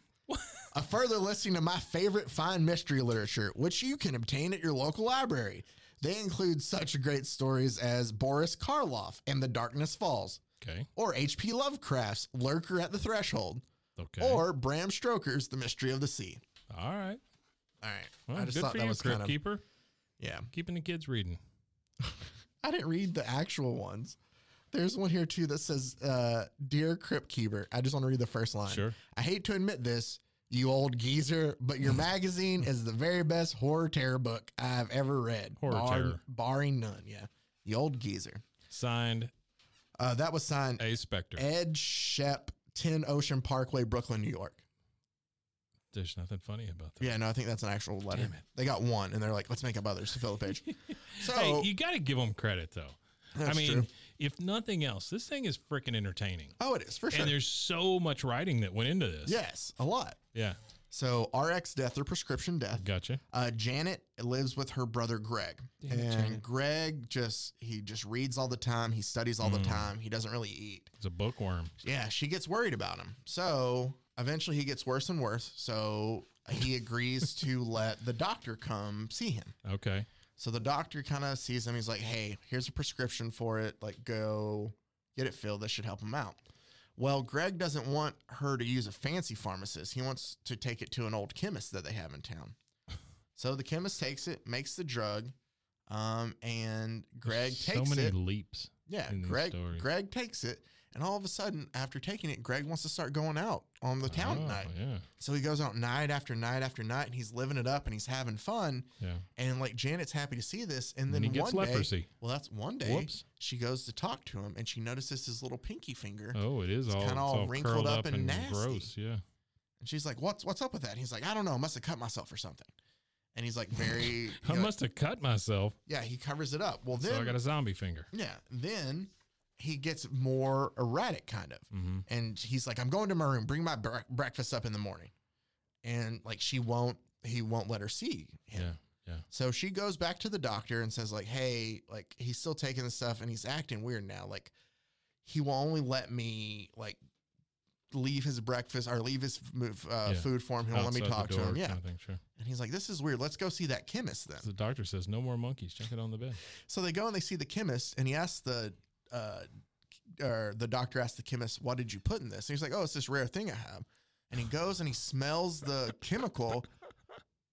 Speaker 3: A further listing of my favorite fine mystery literature, which you can obtain at your local library. They include such great stories as Boris Karloff and The Darkness Falls,
Speaker 1: Okay.
Speaker 3: or H.P. Lovecraft's Lurker at the Threshold,
Speaker 1: Okay.
Speaker 3: or Bram Stoker's The Mystery of the Sea.
Speaker 1: All right.
Speaker 3: All right.
Speaker 1: Well,
Speaker 3: I just
Speaker 1: good
Speaker 3: thought
Speaker 1: for
Speaker 3: that
Speaker 1: you,
Speaker 3: was
Speaker 1: Crypt
Speaker 3: kind of.
Speaker 1: Keeper.
Speaker 3: Yeah.
Speaker 1: Keeping the kids reading.
Speaker 3: I didn't read the actual ones. There's one here too that says, uh, "Dear Crypt Keeper," I just want to read the first line.
Speaker 1: Sure.
Speaker 3: I hate to admit this, you old geezer, but your magazine is the very best horror terror book I've ever read.
Speaker 1: Horror terror.
Speaker 3: barring none. Yeah, you old geezer.
Speaker 1: Signed
Speaker 3: Uh, that was signed
Speaker 1: A Spectre.
Speaker 3: Ed Shep, Ten Ocean Parkway, Brooklyn, New York.
Speaker 1: There's nothing funny about that.
Speaker 3: Yeah, no, I think that's an actual letter.
Speaker 1: Damn it.
Speaker 3: They got one, and they're like, "Let's make up others to fill the page." So
Speaker 1: Hey, you got to give them credit though. I
Speaker 3: That's
Speaker 1: mean,
Speaker 3: true.
Speaker 1: if nothing else, this thing is freaking entertaining.
Speaker 3: oh, it is for sure.
Speaker 1: And there's so much writing that went into this.
Speaker 3: Yes, a lot.
Speaker 1: Yeah.
Speaker 3: So RX death or prescription death.
Speaker 1: Gotcha.
Speaker 3: Uh, Janet lives with her brother Greg,
Speaker 1: Damn,
Speaker 3: and
Speaker 1: Janet.
Speaker 3: Greg just he just reads all the time. He studies all
Speaker 1: Mm.
Speaker 3: the time. He doesn't really eat.
Speaker 1: It's a bookworm.
Speaker 3: Yeah, she gets worried about him. So eventually, he gets worse and worse. So he agrees to let the doctor come see him.
Speaker 1: Okay.
Speaker 3: So the doctor kind of sees him. He's like, "Hey, here's a prescription for it. Like, go get it filled. This should help him out." Well, Greg doesn't want her to use a fancy pharmacist. He wants to take it to an old chemist that they have in town. So the chemist takes it, makes the drug, um, and Greg
Speaker 1: so
Speaker 3: takes
Speaker 1: many
Speaker 3: it.
Speaker 1: leaps.
Speaker 3: Yeah,
Speaker 1: in these
Speaker 3: Greg.
Speaker 1: stories.
Speaker 3: Greg takes it, and all of a sudden, after taking it, Greg wants to start going out on the town
Speaker 1: Oh,
Speaker 3: at night.
Speaker 1: Yeah.
Speaker 3: So he goes out night after night after night, and he's living it up, and he's having fun.
Speaker 1: Yeah.
Speaker 3: And like Janet's happy to see this, and
Speaker 1: And
Speaker 3: then
Speaker 1: he gets
Speaker 3: one Day,
Speaker 1: leprosy.
Speaker 3: well, that's one day.
Speaker 1: Whoops.
Speaker 3: She goes to talk to him, and she notices his little pinky finger,
Speaker 1: Oh, it is all,
Speaker 3: kinda
Speaker 1: it's
Speaker 3: all
Speaker 1: all
Speaker 3: wrinkled
Speaker 1: curled
Speaker 3: up
Speaker 1: up
Speaker 3: and
Speaker 1: and,
Speaker 3: nasty.
Speaker 1: gross. Yeah.
Speaker 3: and she's like, "What's what's up with that?" And he's like, "I don't know. I must have cut myself or something." And he's like, "Very, you
Speaker 1: I
Speaker 3: know,
Speaker 1: must have cut myself,
Speaker 3: yeah." He covers it up. Well, then,
Speaker 1: so I got a zombie finger.
Speaker 3: yeah, then he gets more erratic, kind of,
Speaker 1: Mm-hmm.
Speaker 3: and he's like, "I'm going to my room. Bring my bre- breakfast up in the morning," and like she won't, he won't let her see
Speaker 1: Yeah.
Speaker 3: him. So she goes back to the doctor and says, like, hey, like he's still taking this stuff and he's acting weird now. Like he will only let me like leave his breakfast or leave his f- move, uh,
Speaker 1: Yeah.
Speaker 3: food for him. He won't let me
Speaker 1: Outside the
Speaker 3: talk to
Speaker 1: door
Speaker 3: him. Yeah.
Speaker 1: Kind of thing, sure.
Speaker 3: And he's like, this is weird. Let's go see that chemist
Speaker 1: So the
Speaker 3: then.
Speaker 1: doctor says, no more monkeys. Check it on the bed.
Speaker 3: So they go and they see the chemist and he asks the, uh, or the doctor asks the chemist, what did you put in this? And he's like, oh, it's this rare thing I have. And he goes and he smells the chemical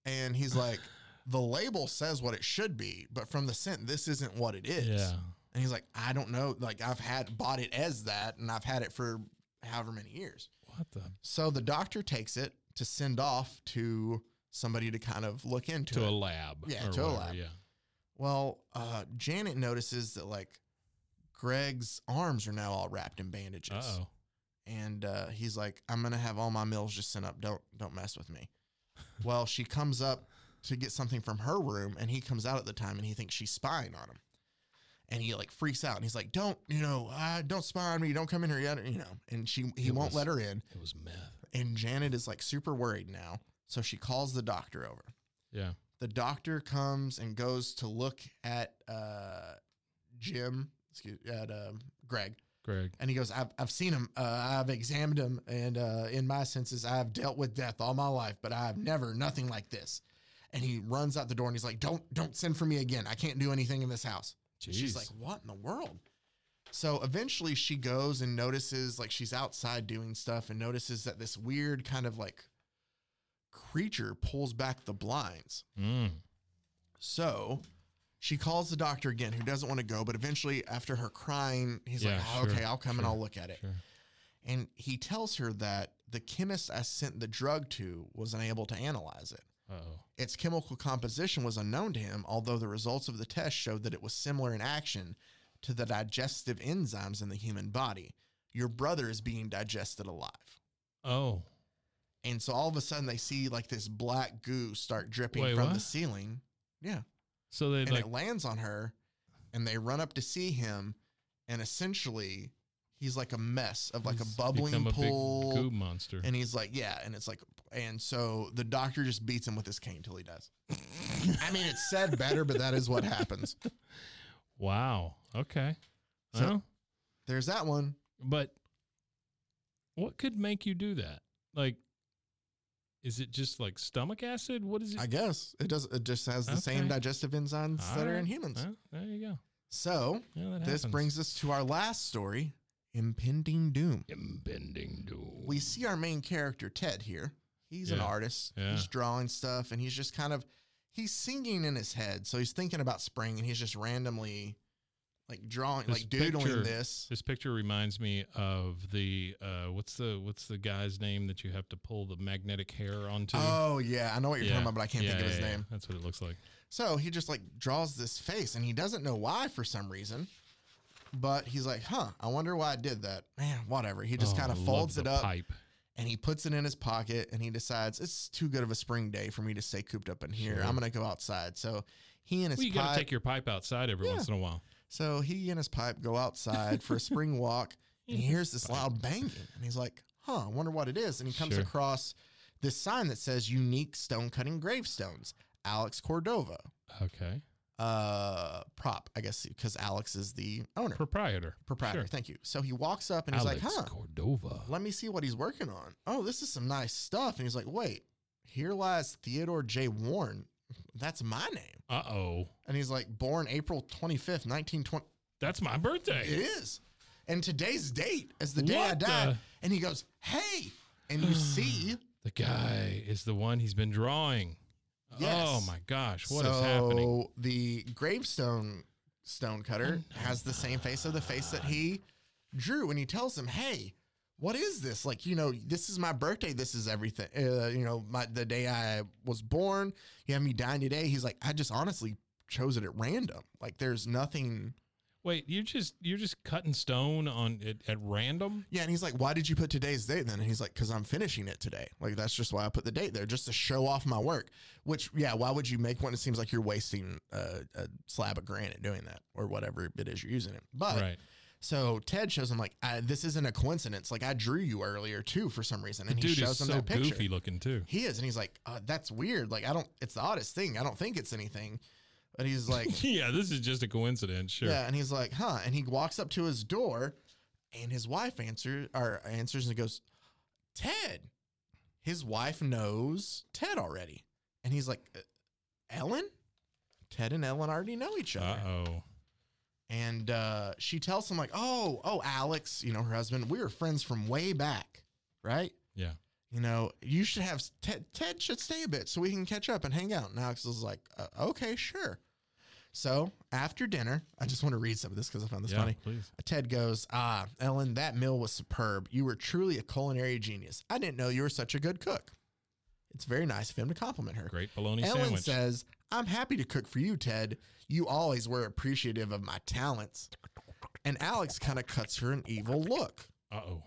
Speaker 3: and he's like, the label says what it should be, but from the scent, this isn't what it is.
Speaker 1: Yeah.
Speaker 3: And he's like, I don't know. Like I've had bought it as that, and I've had it for however many years.
Speaker 1: What the?
Speaker 3: So the doctor takes it to send off to somebody to kind of look into
Speaker 1: To
Speaker 3: it.
Speaker 1: a lab.
Speaker 3: Yeah,
Speaker 1: or
Speaker 3: to a
Speaker 1: whatever,
Speaker 3: lab.
Speaker 1: Yeah.
Speaker 3: well, uh, Janet notices that like Greg's arms are now all wrapped in bandages,
Speaker 1: Uh oh.
Speaker 3: and uh, he's like, I'm gonna have all my meals just sent up. Don't don't mess with me. well, she comes up to get something from her room, and he comes out at the time, and he thinks she's spying on him. and he like freaks out and he's like, "Don't you know? Uh, don't spy on me. Don't come in here yet." You know, and she he
Speaker 1: It
Speaker 3: won't
Speaker 1: was-
Speaker 3: let her in,
Speaker 1: It was meth.
Speaker 3: and Janet is like super worried now, so she calls the doctor over.
Speaker 1: Yeah.
Speaker 3: The doctor comes and goes to look at uh, Jim, excuse at um, Greg,
Speaker 1: Greg.
Speaker 3: and he goes, "I've I've seen him. Uh, I've examined him, and uh, in my senses, I've dealt with death all my life, but I've never nothing like this." And he runs out the door and he's like, "Don't don't send for me again. I can't do anything in this house."
Speaker 1: Jeez.
Speaker 3: She's like, what in the world? So eventually she goes and notices, like, she's outside doing stuff and notices that this weird kind of like creature pulls back the blinds.
Speaker 1: Mm.
Speaker 3: So she calls the doctor again, who doesn't want to go, but eventually, after her crying, he's like,
Speaker 1: Yeah,
Speaker 3: "Oh, okay,
Speaker 1: sure,
Speaker 3: I'll come and
Speaker 1: sure,
Speaker 3: I'll look at it.
Speaker 1: Sure.
Speaker 3: And he tells her that the chemist I sent the drug to was unable to analyze it.
Speaker 1: Uh oh.
Speaker 3: Its chemical composition was unknown to him, although the results of the test showed that it was similar in action to the digestive enzymes in the human body. Your brother is being digested alive.
Speaker 1: Oh.
Speaker 3: And so all of a sudden they see like this black goo start dripping
Speaker 1: Wait,
Speaker 3: from the
Speaker 1: what?
Speaker 3: ceiling. Yeah.
Speaker 1: So they
Speaker 3: And
Speaker 1: like
Speaker 3: it lands on her and they run up to see him and essentially he's like a mess of like a
Speaker 1: he's
Speaker 3: bubbling
Speaker 1: become a
Speaker 3: pool.
Speaker 1: big goo monster.
Speaker 3: And he's like, yeah. And it's like, and so the doctor just beats him with his cane till he dies. I mean, it's said better, but that is what happens.
Speaker 1: wow. Okay.
Speaker 3: So-
Speaker 1: well,
Speaker 3: There's that one.
Speaker 1: but what could make you do that? Like, Is it just like stomach acid? What is it?
Speaker 3: I guess it does. It just has the same
Speaker 1: Okay.
Speaker 3: digestive enzymes
Speaker 1: All
Speaker 3: that are
Speaker 1: right.
Speaker 3: in humans.
Speaker 1: Well, there you go.
Speaker 3: So
Speaker 1: Yeah, that
Speaker 3: this
Speaker 1: happens.
Speaker 3: brings us to our last story: impending doom.
Speaker 1: impending doom.
Speaker 3: we see our main character Ted here. He's an
Speaker 1: Yeah.
Speaker 3: artist.
Speaker 1: Yeah.
Speaker 3: He's drawing stuff, and he's just kind of he's singing in his head. So he's thinking about spring, and he's just randomly like drawing,
Speaker 1: This
Speaker 3: like doodling
Speaker 1: picture-
Speaker 3: this.
Speaker 1: This picture reminds me of the uh, what's the what's the guy's name that you have to pull the magnetic hair onto?
Speaker 3: Oh yeah, I know what you're
Speaker 1: Yeah.
Speaker 3: talking about, but I can't
Speaker 1: Yeah,
Speaker 3: think of
Speaker 1: yeah,
Speaker 3: his
Speaker 1: yeah.
Speaker 3: name.
Speaker 1: That's what it looks like.
Speaker 3: So he just like draws this face, and he doesn't know why for some reason. But he's like, "Huh? I wonder why I did that." Man, whatever. He just
Speaker 1: Oh,
Speaker 3: kind
Speaker 1: I
Speaker 3: of
Speaker 1: love
Speaker 3: folds
Speaker 1: the
Speaker 3: it up
Speaker 1: Pipe.
Speaker 3: and he puts it in his pocket and he decides it's too good of a spring day for me to stay cooped up in here.
Speaker 1: Sure.
Speaker 3: I'm gonna go outside. So he and his
Speaker 1: Well, you got
Speaker 3: pipe.
Speaker 1: to take your pipe outside every
Speaker 3: Yeah.
Speaker 1: once in a while.
Speaker 3: so he and his pipe go outside for a spring walk and he hears this loud banging and he's like, "Huh? I wonder what it is." And he comes
Speaker 1: Sure.
Speaker 3: across this sign that says "Unique Stone Cutting Gravestones." Alex Cordova,
Speaker 1: Okay.
Speaker 3: uh, prop, I guess, because Alex is the owner,
Speaker 1: Proprietor.
Speaker 3: proprietor.
Speaker 1: Sure.
Speaker 3: Thank you. So he walks up and he's
Speaker 1: Alex
Speaker 3: like, "Huh?
Speaker 1: Cordova.
Speaker 3: let me see what he's working on. Oh, this is some nice stuff. And he's like, wait, here lies Theodore J. Warren. That's my name.
Speaker 1: Uh oh.
Speaker 3: And he's like, born April 25th, 1920.
Speaker 1: That's my birthday.
Speaker 3: It is. And today's date is the day I
Speaker 1: What
Speaker 3: died.
Speaker 1: the-
Speaker 3: And he goes, hey. And you see,
Speaker 1: The guy is the one he's been drawing. Oh
Speaker 3: Yes.
Speaker 1: my gosh, what
Speaker 3: so
Speaker 1: is happening?
Speaker 3: the gravestone stone cutter has the same face of the face that he drew. And he tells him, hey, what is this? Like, you know, this is my birthday. This is everything. Uh, you know, my the day I was born. You have me dying today. He's like, I just honestly chose it at random. Like, there's nothing.
Speaker 1: Wait, you're just you're just cutting stone on at, at random?
Speaker 3: Yeah, and he's like, why did you put today's date then? And he's like, because I'm finishing it today. Like, that's just why I put the date there, just to show off my work. Which, yeah, why would you make one? It seems like you're wasting uh, a slab of granite doing that or whatever it is you're using it. But
Speaker 1: right.
Speaker 3: so Ted shows him, like, I, this isn't a coincidence. Like, I drew you earlier too for some reason.
Speaker 1: The
Speaker 3: And he
Speaker 1: dude
Speaker 3: shows
Speaker 1: is
Speaker 3: him
Speaker 1: so
Speaker 3: that picture.
Speaker 1: goofy looking too.
Speaker 3: He is. And he's like, uh, that's weird. Like, I don't, it's the oddest thing. I don't think it's anything. But he's like,
Speaker 1: yeah, this is just a coincidence. Sure.
Speaker 3: yeah, and he's like, huh? And he walks up to his door, and his wife answers or answers and goes, Ted. His wife knows Ted already, and he's like, "Uh, Ellen. Ted and Ellen already know each other,
Speaker 1: Uh oh.
Speaker 3: and uh, she tells him like, oh, oh, Alex, you know her husband. We were friends from way back, right?
Speaker 1: Yeah.
Speaker 3: You know, you should have Ted. Ted should stay a bit so we can catch up and hang out. And Alex was like, uh, okay, sure. So after dinner, I just want to read some of this because I found this
Speaker 1: yeah,
Speaker 3: funny.
Speaker 1: please.
Speaker 3: Ted goes, Ah, Ellen, that meal was superb. You were truly a culinary genius. I didn't know you were such a good cook. It's very nice of him to compliment her.
Speaker 1: Great bologna
Speaker 3: Ellen
Speaker 1: sandwich.
Speaker 3: says, I'm happy to cook for you, Ted. You always were appreciative of my talents. And Alex kind of cuts her an evil look.
Speaker 1: uh oh.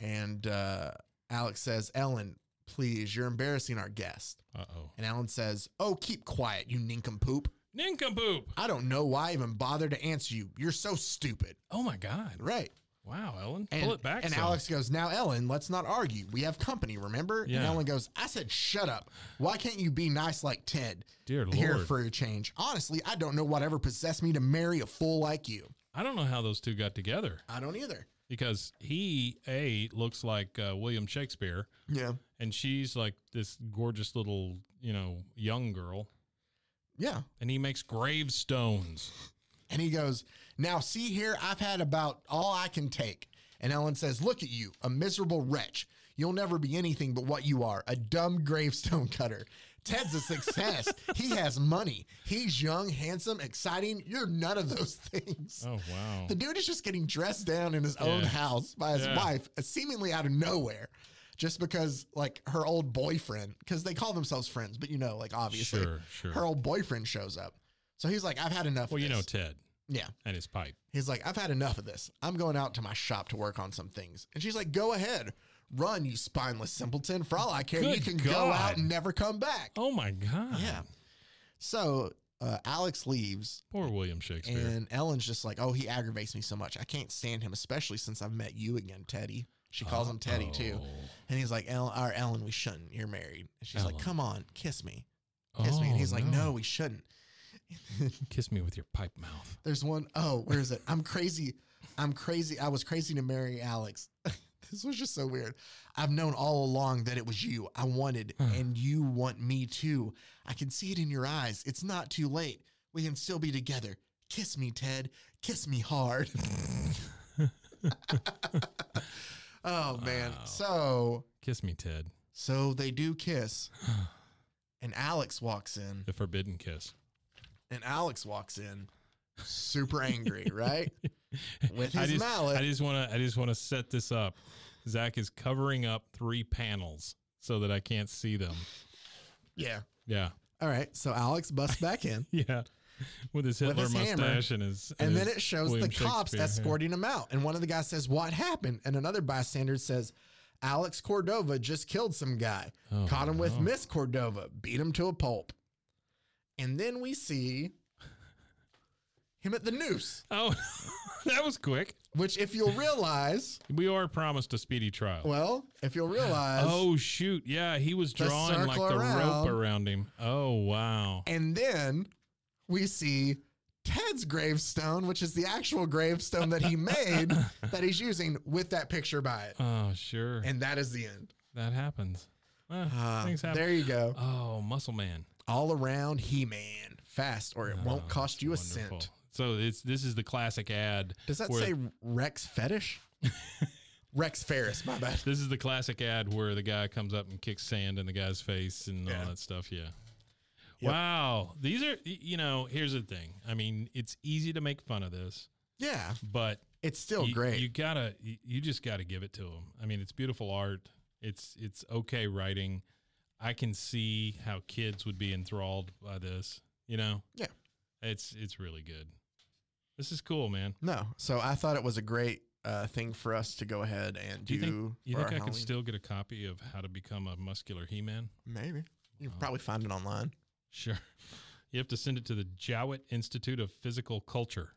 Speaker 3: And uh, Alex says, Ellen, please, you're embarrassing our guest.
Speaker 1: Uh oh.
Speaker 3: And Ellen says, Oh, keep quiet, you nincompoop.
Speaker 1: Nincompoop.
Speaker 3: I don't know why I even bothered to answer you. You're so stupid.
Speaker 1: Oh my god.
Speaker 3: Right.
Speaker 1: Wow, Ellen.
Speaker 3: And,
Speaker 1: Pull it back.
Speaker 3: and
Speaker 1: some.
Speaker 3: Alex goes, Now, Ellen, let's not argue. We have company, remember? And
Speaker 1: Yeah.
Speaker 3: Ellen goes, I said, Shut up. Why can't you be nice like Ted?
Speaker 1: Dear
Speaker 3: Here
Speaker 1: Lord.
Speaker 3: for a change. Honestly, I don't know whatever possessed me to marry a fool like you.
Speaker 1: I don't know how those two got together
Speaker 3: I don't either.
Speaker 1: because he a looks like uh, William Shakespeare
Speaker 3: Yeah.
Speaker 1: and she's like this gorgeous little, you know, young girl
Speaker 3: Yeah.
Speaker 1: and he makes gravestones.
Speaker 3: And he goes, Now, see here, I've had about all I can take. And Ellen says, Look at you, a miserable wretch. You'll never be anything but what you are a dumb gravestone cutter. Ted's a success. he has money. He's young, handsome, exciting. You're none of those things.
Speaker 1: Oh wow.
Speaker 3: The dude is just getting dressed down in his own
Speaker 1: Yeah.
Speaker 3: house by his
Speaker 1: Yeah.
Speaker 3: wife, uh, seemingly out of nowhere, just because, like, her old boyfriend, because they call themselves friends, but you know, like, obviously,
Speaker 1: Sure, sure.
Speaker 3: her old boyfriend shows up. So he's like, I've had enough.
Speaker 1: well,
Speaker 3: of
Speaker 1: you know
Speaker 3: this."
Speaker 1: Ted
Speaker 3: yeah.
Speaker 1: and his pipe.
Speaker 3: He's like, I've had enough of this. I'm going out to my shop to work on some things. And she's like, Go ahead, run, you spineless simpleton. For all I care, you
Speaker 1: Good
Speaker 3: can go
Speaker 1: God.
Speaker 3: out and never come back.
Speaker 1: Oh my god.
Speaker 3: Yeah. So uh, Alex leaves,
Speaker 1: Poor William Shakespeare.
Speaker 3: and Ellen's just like, Oh, he aggravates me so much. I can't stand him, especially since I've met you again, Teddy. She calls him Teddy too.
Speaker 1: Oh.
Speaker 3: And he's like, Ellen, or Ellen, we shouldn't. You're married. And she's like,
Speaker 1: Ellen.
Speaker 3: Come on, kiss me. Kiss me. And
Speaker 1: Oh,
Speaker 3: he's like, No, we shouldn't.
Speaker 1: Kiss me with your pipe mouth.
Speaker 3: There's one, oh, where is it? I'm crazy. I'm crazy. I was crazy to marry Alex. this was just so weird. I've known all along that it was you I wanted, and you want me too. I can see it in your eyes. It's not too late. We can still be together. Kiss me, Ted. Kiss me hard. oh man.
Speaker 1: Wow.
Speaker 3: So
Speaker 1: Kiss me, Ted.
Speaker 3: so they do kiss. And Alex walks in.
Speaker 1: The forbidden kiss.
Speaker 3: And Alex walks in super angry, right? With
Speaker 1: I
Speaker 3: his
Speaker 1: just,
Speaker 3: mallet.
Speaker 1: I just want to. I just want to set this up. Zach is covering up three panels so that I can't see them.
Speaker 3: Yeah.
Speaker 1: Yeah,
Speaker 3: All right. So Alex busts back in.
Speaker 1: yeah. With his Hitler
Speaker 3: his hammer.
Speaker 1: mustache and his.
Speaker 3: And then
Speaker 1: his
Speaker 3: it shows
Speaker 1: William
Speaker 3: the cops
Speaker 1: Shakespeare, yeah.
Speaker 3: escorting him out. And one of the guys says, What happened? And another bystander says, Alex Cordova just killed some guy,
Speaker 1: Oh,
Speaker 3: caught him with
Speaker 1: no.
Speaker 3: Miss Cordova, beat him to a pulp. And then we see him at the noose,
Speaker 1: Oh, that was quick.
Speaker 3: which, if you'll realize,
Speaker 1: We are promised a speedy trial.
Speaker 3: well, if you'll realize,
Speaker 1: oh shoot! Yeah, he was
Speaker 3: The
Speaker 1: drawing like
Speaker 3: circle
Speaker 1: the
Speaker 3: around.
Speaker 1: rope around him. Oh wow!
Speaker 3: And then we see Ted's gravestone, which is the actual gravestone that he made that he's using with that picture by it.
Speaker 1: Oh sure,
Speaker 3: And that is the end.
Speaker 1: that happens. Eh,
Speaker 3: Uh,
Speaker 1: things happen.
Speaker 3: there you go.
Speaker 1: Oh, Muscle Man.
Speaker 3: All around He Man. Fast, or it won't
Speaker 1: Oh,
Speaker 3: cost
Speaker 1: that's
Speaker 3: you a
Speaker 1: wonderful.
Speaker 3: cent.
Speaker 1: So it's this is the classic ad.
Speaker 3: Does that
Speaker 1: where-
Speaker 3: say Rex Fetish? Rex Ferris, my bad.
Speaker 1: This is the classic ad where the guy comes up and kicks sand in the guy's face and
Speaker 3: Yeah.
Speaker 1: all that stuff. Yeah.
Speaker 3: Yep.
Speaker 1: Wow. These are, y- you know, here's the thing. I mean, it's easy to make fun of this,
Speaker 3: Yeah,
Speaker 1: but
Speaker 3: it's still
Speaker 1: you,
Speaker 3: great.
Speaker 1: you gotta, you you just gotta give it to him. I mean, it's beautiful art. It's, it's okay writing. I can see how kids would be enthralled by this, you know?
Speaker 3: Yeah.
Speaker 1: It's, it's really good. This is cool, man.
Speaker 3: no, so I thought it was a great uh, thing for us to go ahead and
Speaker 1: Do
Speaker 3: do.
Speaker 1: you think, you think
Speaker 3: for
Speaker 1: I
Speaker 3: our
Speaker 1: could
Speaker 3: Halloween.
Speaker 1: still get a copy of How to Become a Muscular He Man?
Speaker 3: Maybe. You can
Speaker 1: Wow.
Speaker 3: probably find it online.
Speaker 1: Sure. You have to send it to the Jowett Institute of Physical Culture.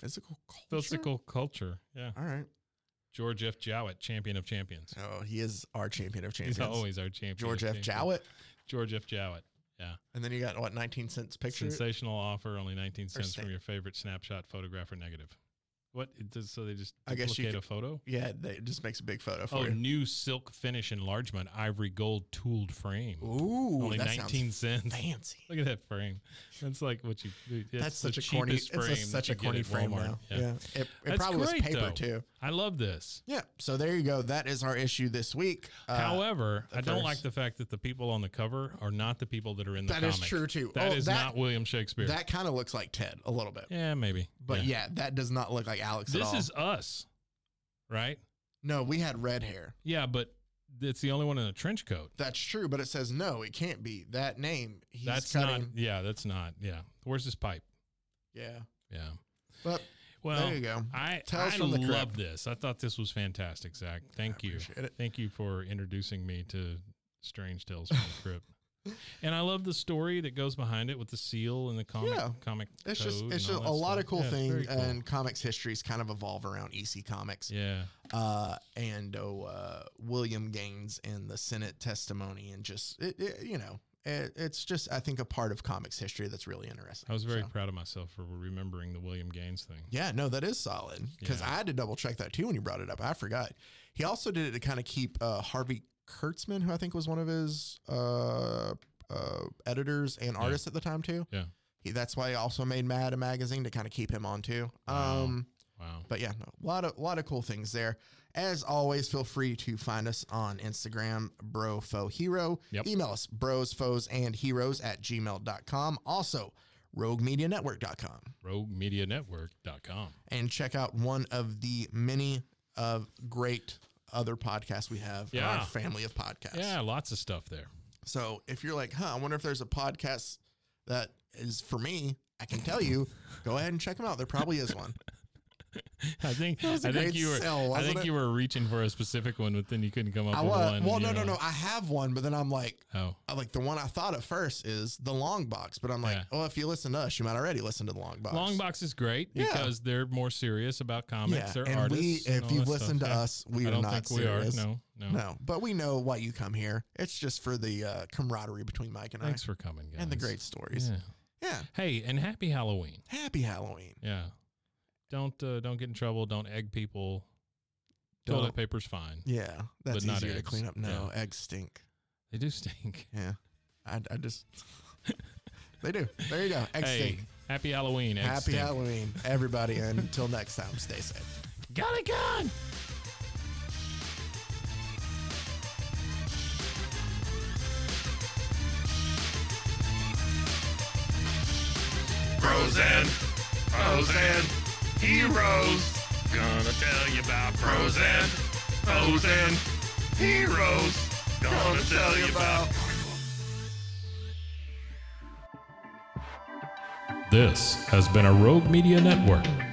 Speaker 3: Physical culture.
Speaker 1: Physical culture. Yeah.
Speaker 3: All right.
Speaker 1: George F. Jowett, champion of champions.
Speaker 3: Oh, he is our champion of champions.
Speaker 1: He's always our champion.
Speaker 3: George
Speaker 1: of
Speaker 3: F.
Speaker 1: champions.
Speaker 3: Jowett.
Speaker 1: George F. Jowett.
Speaker 3: And then you got what, 19 cents picture?
Speaker 1: Sensational offer, only 19 cents
Speaker 3: sta-
Speaker 1: from your favorite snapshot, photograph, or negative. What? It does, so they just
Speaker 3: I guess you
Speaker 1: duplicate a
Speaker 3: could-
Speaker 1: photo?
Speaker 3: Yeah, they, it just makes a big photo for
Speaker 1: Oh,
Speaker 3: you.
Speaker 1: new silk finish enlargement, ivory gold tooled frame.
Speaker 3: Ooh,
Speaker 1: only
Speaker 3: that
Speaker 1: 19 cents.
Speaker 3: sounds fancy.
Speaker 1: Look at that frame. That's like what you. it's
Speaker 3: That's
Speaker 1: the
Speaker 3: such a corny. It's
Speaker 1: cheapest
Speaker 3: a,
Speaker 1: frame that
Speaker 3: such
Speaker 1: you
Speaker 3: a
Speaker 1: get
Speaker 3: corny
Speaker 1: at
Speaker 3: frame
Speaker 1: Walmart.
Speaker 3: now. Yeah, it, it
Speaker 1: That's
Speaker 3: probably was
Speaker 1: great,
Speaker 3: paper
Speaker 1: though.
Speaker 3: too.
Speaker 1: I love this.
Speaker 3: Yeah, so there you go. That is our issue this week. Uh,
Speaker 1: However,
Speaker 3: the
Speaker 1: I don't like
Speaker 3: first-
Speaker 1: the fact that the people on the cover are not the people that are in the
Speaker 3: that
Speaker 1: comic.
Speaker 3: is true too.
Speaker 1: That
Speaker 3: Oh,
Speaker 1: is
Speaker 3: that,
Speaker 1: not William Shakespeare.
Speaker 3: That kind of looks like Ted a little bit,
Speaker 1: yeah, maybe.
Speaker 3: but yeah. that does not look like Alex at
Speaker 1: this
Speaker 3: all.
Speaker 1: is us, right?
Speaker 3: no, we had red hair.
Speaker 1: Yeah, but it's the only one in a trench coat.
Speaker 3: That's true, but it says no. It can't be that name. He's
Speaker 1: that's
Speaker 3: cutting.
Speaker 1: not. Yeah, that's not. Yeah, where's this pipe?
Speaker 3: Yeah,
Speaker 1: Yeah.
Speaker 3: but
Speaker 1: Well,
Speaker 3: there you go.
Speaker 1: I
Speaker 3: Tales
Speaker 1: I
Speaker 3: from the Crypt.
Speaker 1: love this. I thought this was fantastic, Zach. Thank you.
Speaker 3: appreciate it.
Speaker 1: Thank you for introducing me to Strange Tales from the Crypt. And I love the story that goes behind it with the seal and the comic
Speaker 3: Yeah.
Speaker 1: comic.
Speaker 3: It's just
Speaker 1: code
Speaker 3: it's
Speaker 1: and all
Speaker 3: just a
Speaker 1: that
Speaker 3: lot
Speaker 1: stuff.
Speaker 3: of cool
Speaker 1: Yeah, it's very
Speaker 3: things,
Speaker 1: cool.
Speaker 3: and comics histories kind of evolve around EC Comics.
Speaker 1: yeah,
Speaker 3: uh, and oh, uh, William Gaines and the Senate testimony, and just it, it, you know, it, it's just I think a part of comics history that's really interesting.
Speaker 1: I was very
Speaker 3: So-
Speaker 1: proud of myself for remembering the William Gaines thing.
Speaker 3: Yeah, no, that is solid because
Speaker 1: Yeah.
Speaker 3: I had to double check that too when you brought it up. I forgot. He also did it to kind of keep uh, Harvey Kurtzman, who I think was one of his uh, uh, editors and artists at the time too.
Speaker 1: Yeah.
Speaker 3: he, that's why he also made Mad a magazine to kind of keep him on too.
Speaker 1: Wow.
Speaker 3: Um,
Speaker 1: Wow.
Speaker 3: but yeah, no, a lot of lot of cool things there. As always, feel free to find us on Instagram, bro foe hero.
Speaker 1: Yep.
Speaker 3: Email us bros, foes, and heroes at gmail.com. Also, roguemedianetwork.com.
Speaker 1: RogueMediaNetwork.com.
Speaker 3: And check out one of the many of great other podcasts we have in our
Speaker 1: Yeah.
Speaker 3: family of podcasts.
Speaker 1: Yeah, lots of stuff there.
Speaker 3: So if you're like, huh, I wonder if there's a podcast that is for me, I can tell you, go ahead and check them out. There probably is one.
Speaker 1: I think
Speaker 3: That
Speaker 1: I
Speaker 3: was a
Speaker 1: think
Speaker 3: great
Speaker 1: you were
Speaker 3: sell,
Speaker 1: I
Speaker 3: wasn't
Speaker 1: think
Speaker 3: it?
Speaker 1: you were reaching for a specific one, but then you couldn't come up
Speaker 3: I
Speaker 1: with
Speaker 3: was,
Speaker 1: one.
Speaker 3: well,
Speaker 1: and
Speaker 3: no,
Speaker 1: you
Speaker 3: no,
Speaker 1: were
Speaker 3: no.
Speaker 1: like,
Speaker 3: I have one, but then I'm like,
Speaker 1: Oh,
Speaker 3: I like the one I thought at first is the long box, but I'm like,
Speaker 1: Yeah.
Speaker 3: well, if you listen to us, you might already listen to the long box.
Speaker 1: Long box is great
Speaker 3: Yeah.
Speaker 1: because they're more serious about comics.
Speaker 3: yeah.
Speaker 1: They're
Speaker 3: and
Speaker 1: artists.
Speaker 3: we,
Speaker 1: and
Speaker 3: if
Speaker 1: all
Speaker 3: you
Speaker 1: that
Speaker 3: listen
Speaker 1: stuff.
Speaker 3: to
Speaker 1: Yeah.
Speaker 3: us, we
Speaker 1: I
Speaker 3: are
Speaker 1: don't
Speaker 3: not
Speaker 1: think we are.
Speaker 3: serious.
Speaker 1: No, no.
Speaker 3: no, but we know why you come here. It's just for the uh, camaraderie between Mike and
Speaker 1: Thanks for coming,
Speaker 3: I,
Speaker 1: guys.
Speaker 3: and the great stories.
Speaker 1: Yeah.
Speaker 3: Yeah.
Speaker 1: Hey, and happy Halloween.
Speaker 3: happy Halloween.
Speaker 1: Yeah. Don't uh, don't get in trouble. Don't egg people. Toilet
Speaker 3: don't.
Speaker 1: paper's fine.
Speaker 3: Yeah,
Speaker 1: But
Speaker 3: that's
Speaker 1: not
Speaker 3: easier to
Speaker 1: eggs.
Speaker 3: clean up. No, eggs stink.
Speaker 1: They do stink.
Speaker 3: Yeah, I, I just they do. There you go. Eggs
Speaker 1: hey,
Speaker 3: stink.
Speaker 1: happy Halloween. eggs
Speaker 3: Happy
Speaker 1: stink.
Speaker 3: Halloween, everybody, and until next time, stay safe.
Speaker 1: Got it gone.
Speaker 2: Frozen, Frozen, heroes. Gonna tell you about Frozen, Frozen, heroes. Gonna tell you about.
Speaker 1: This has been a Rogue Media Network.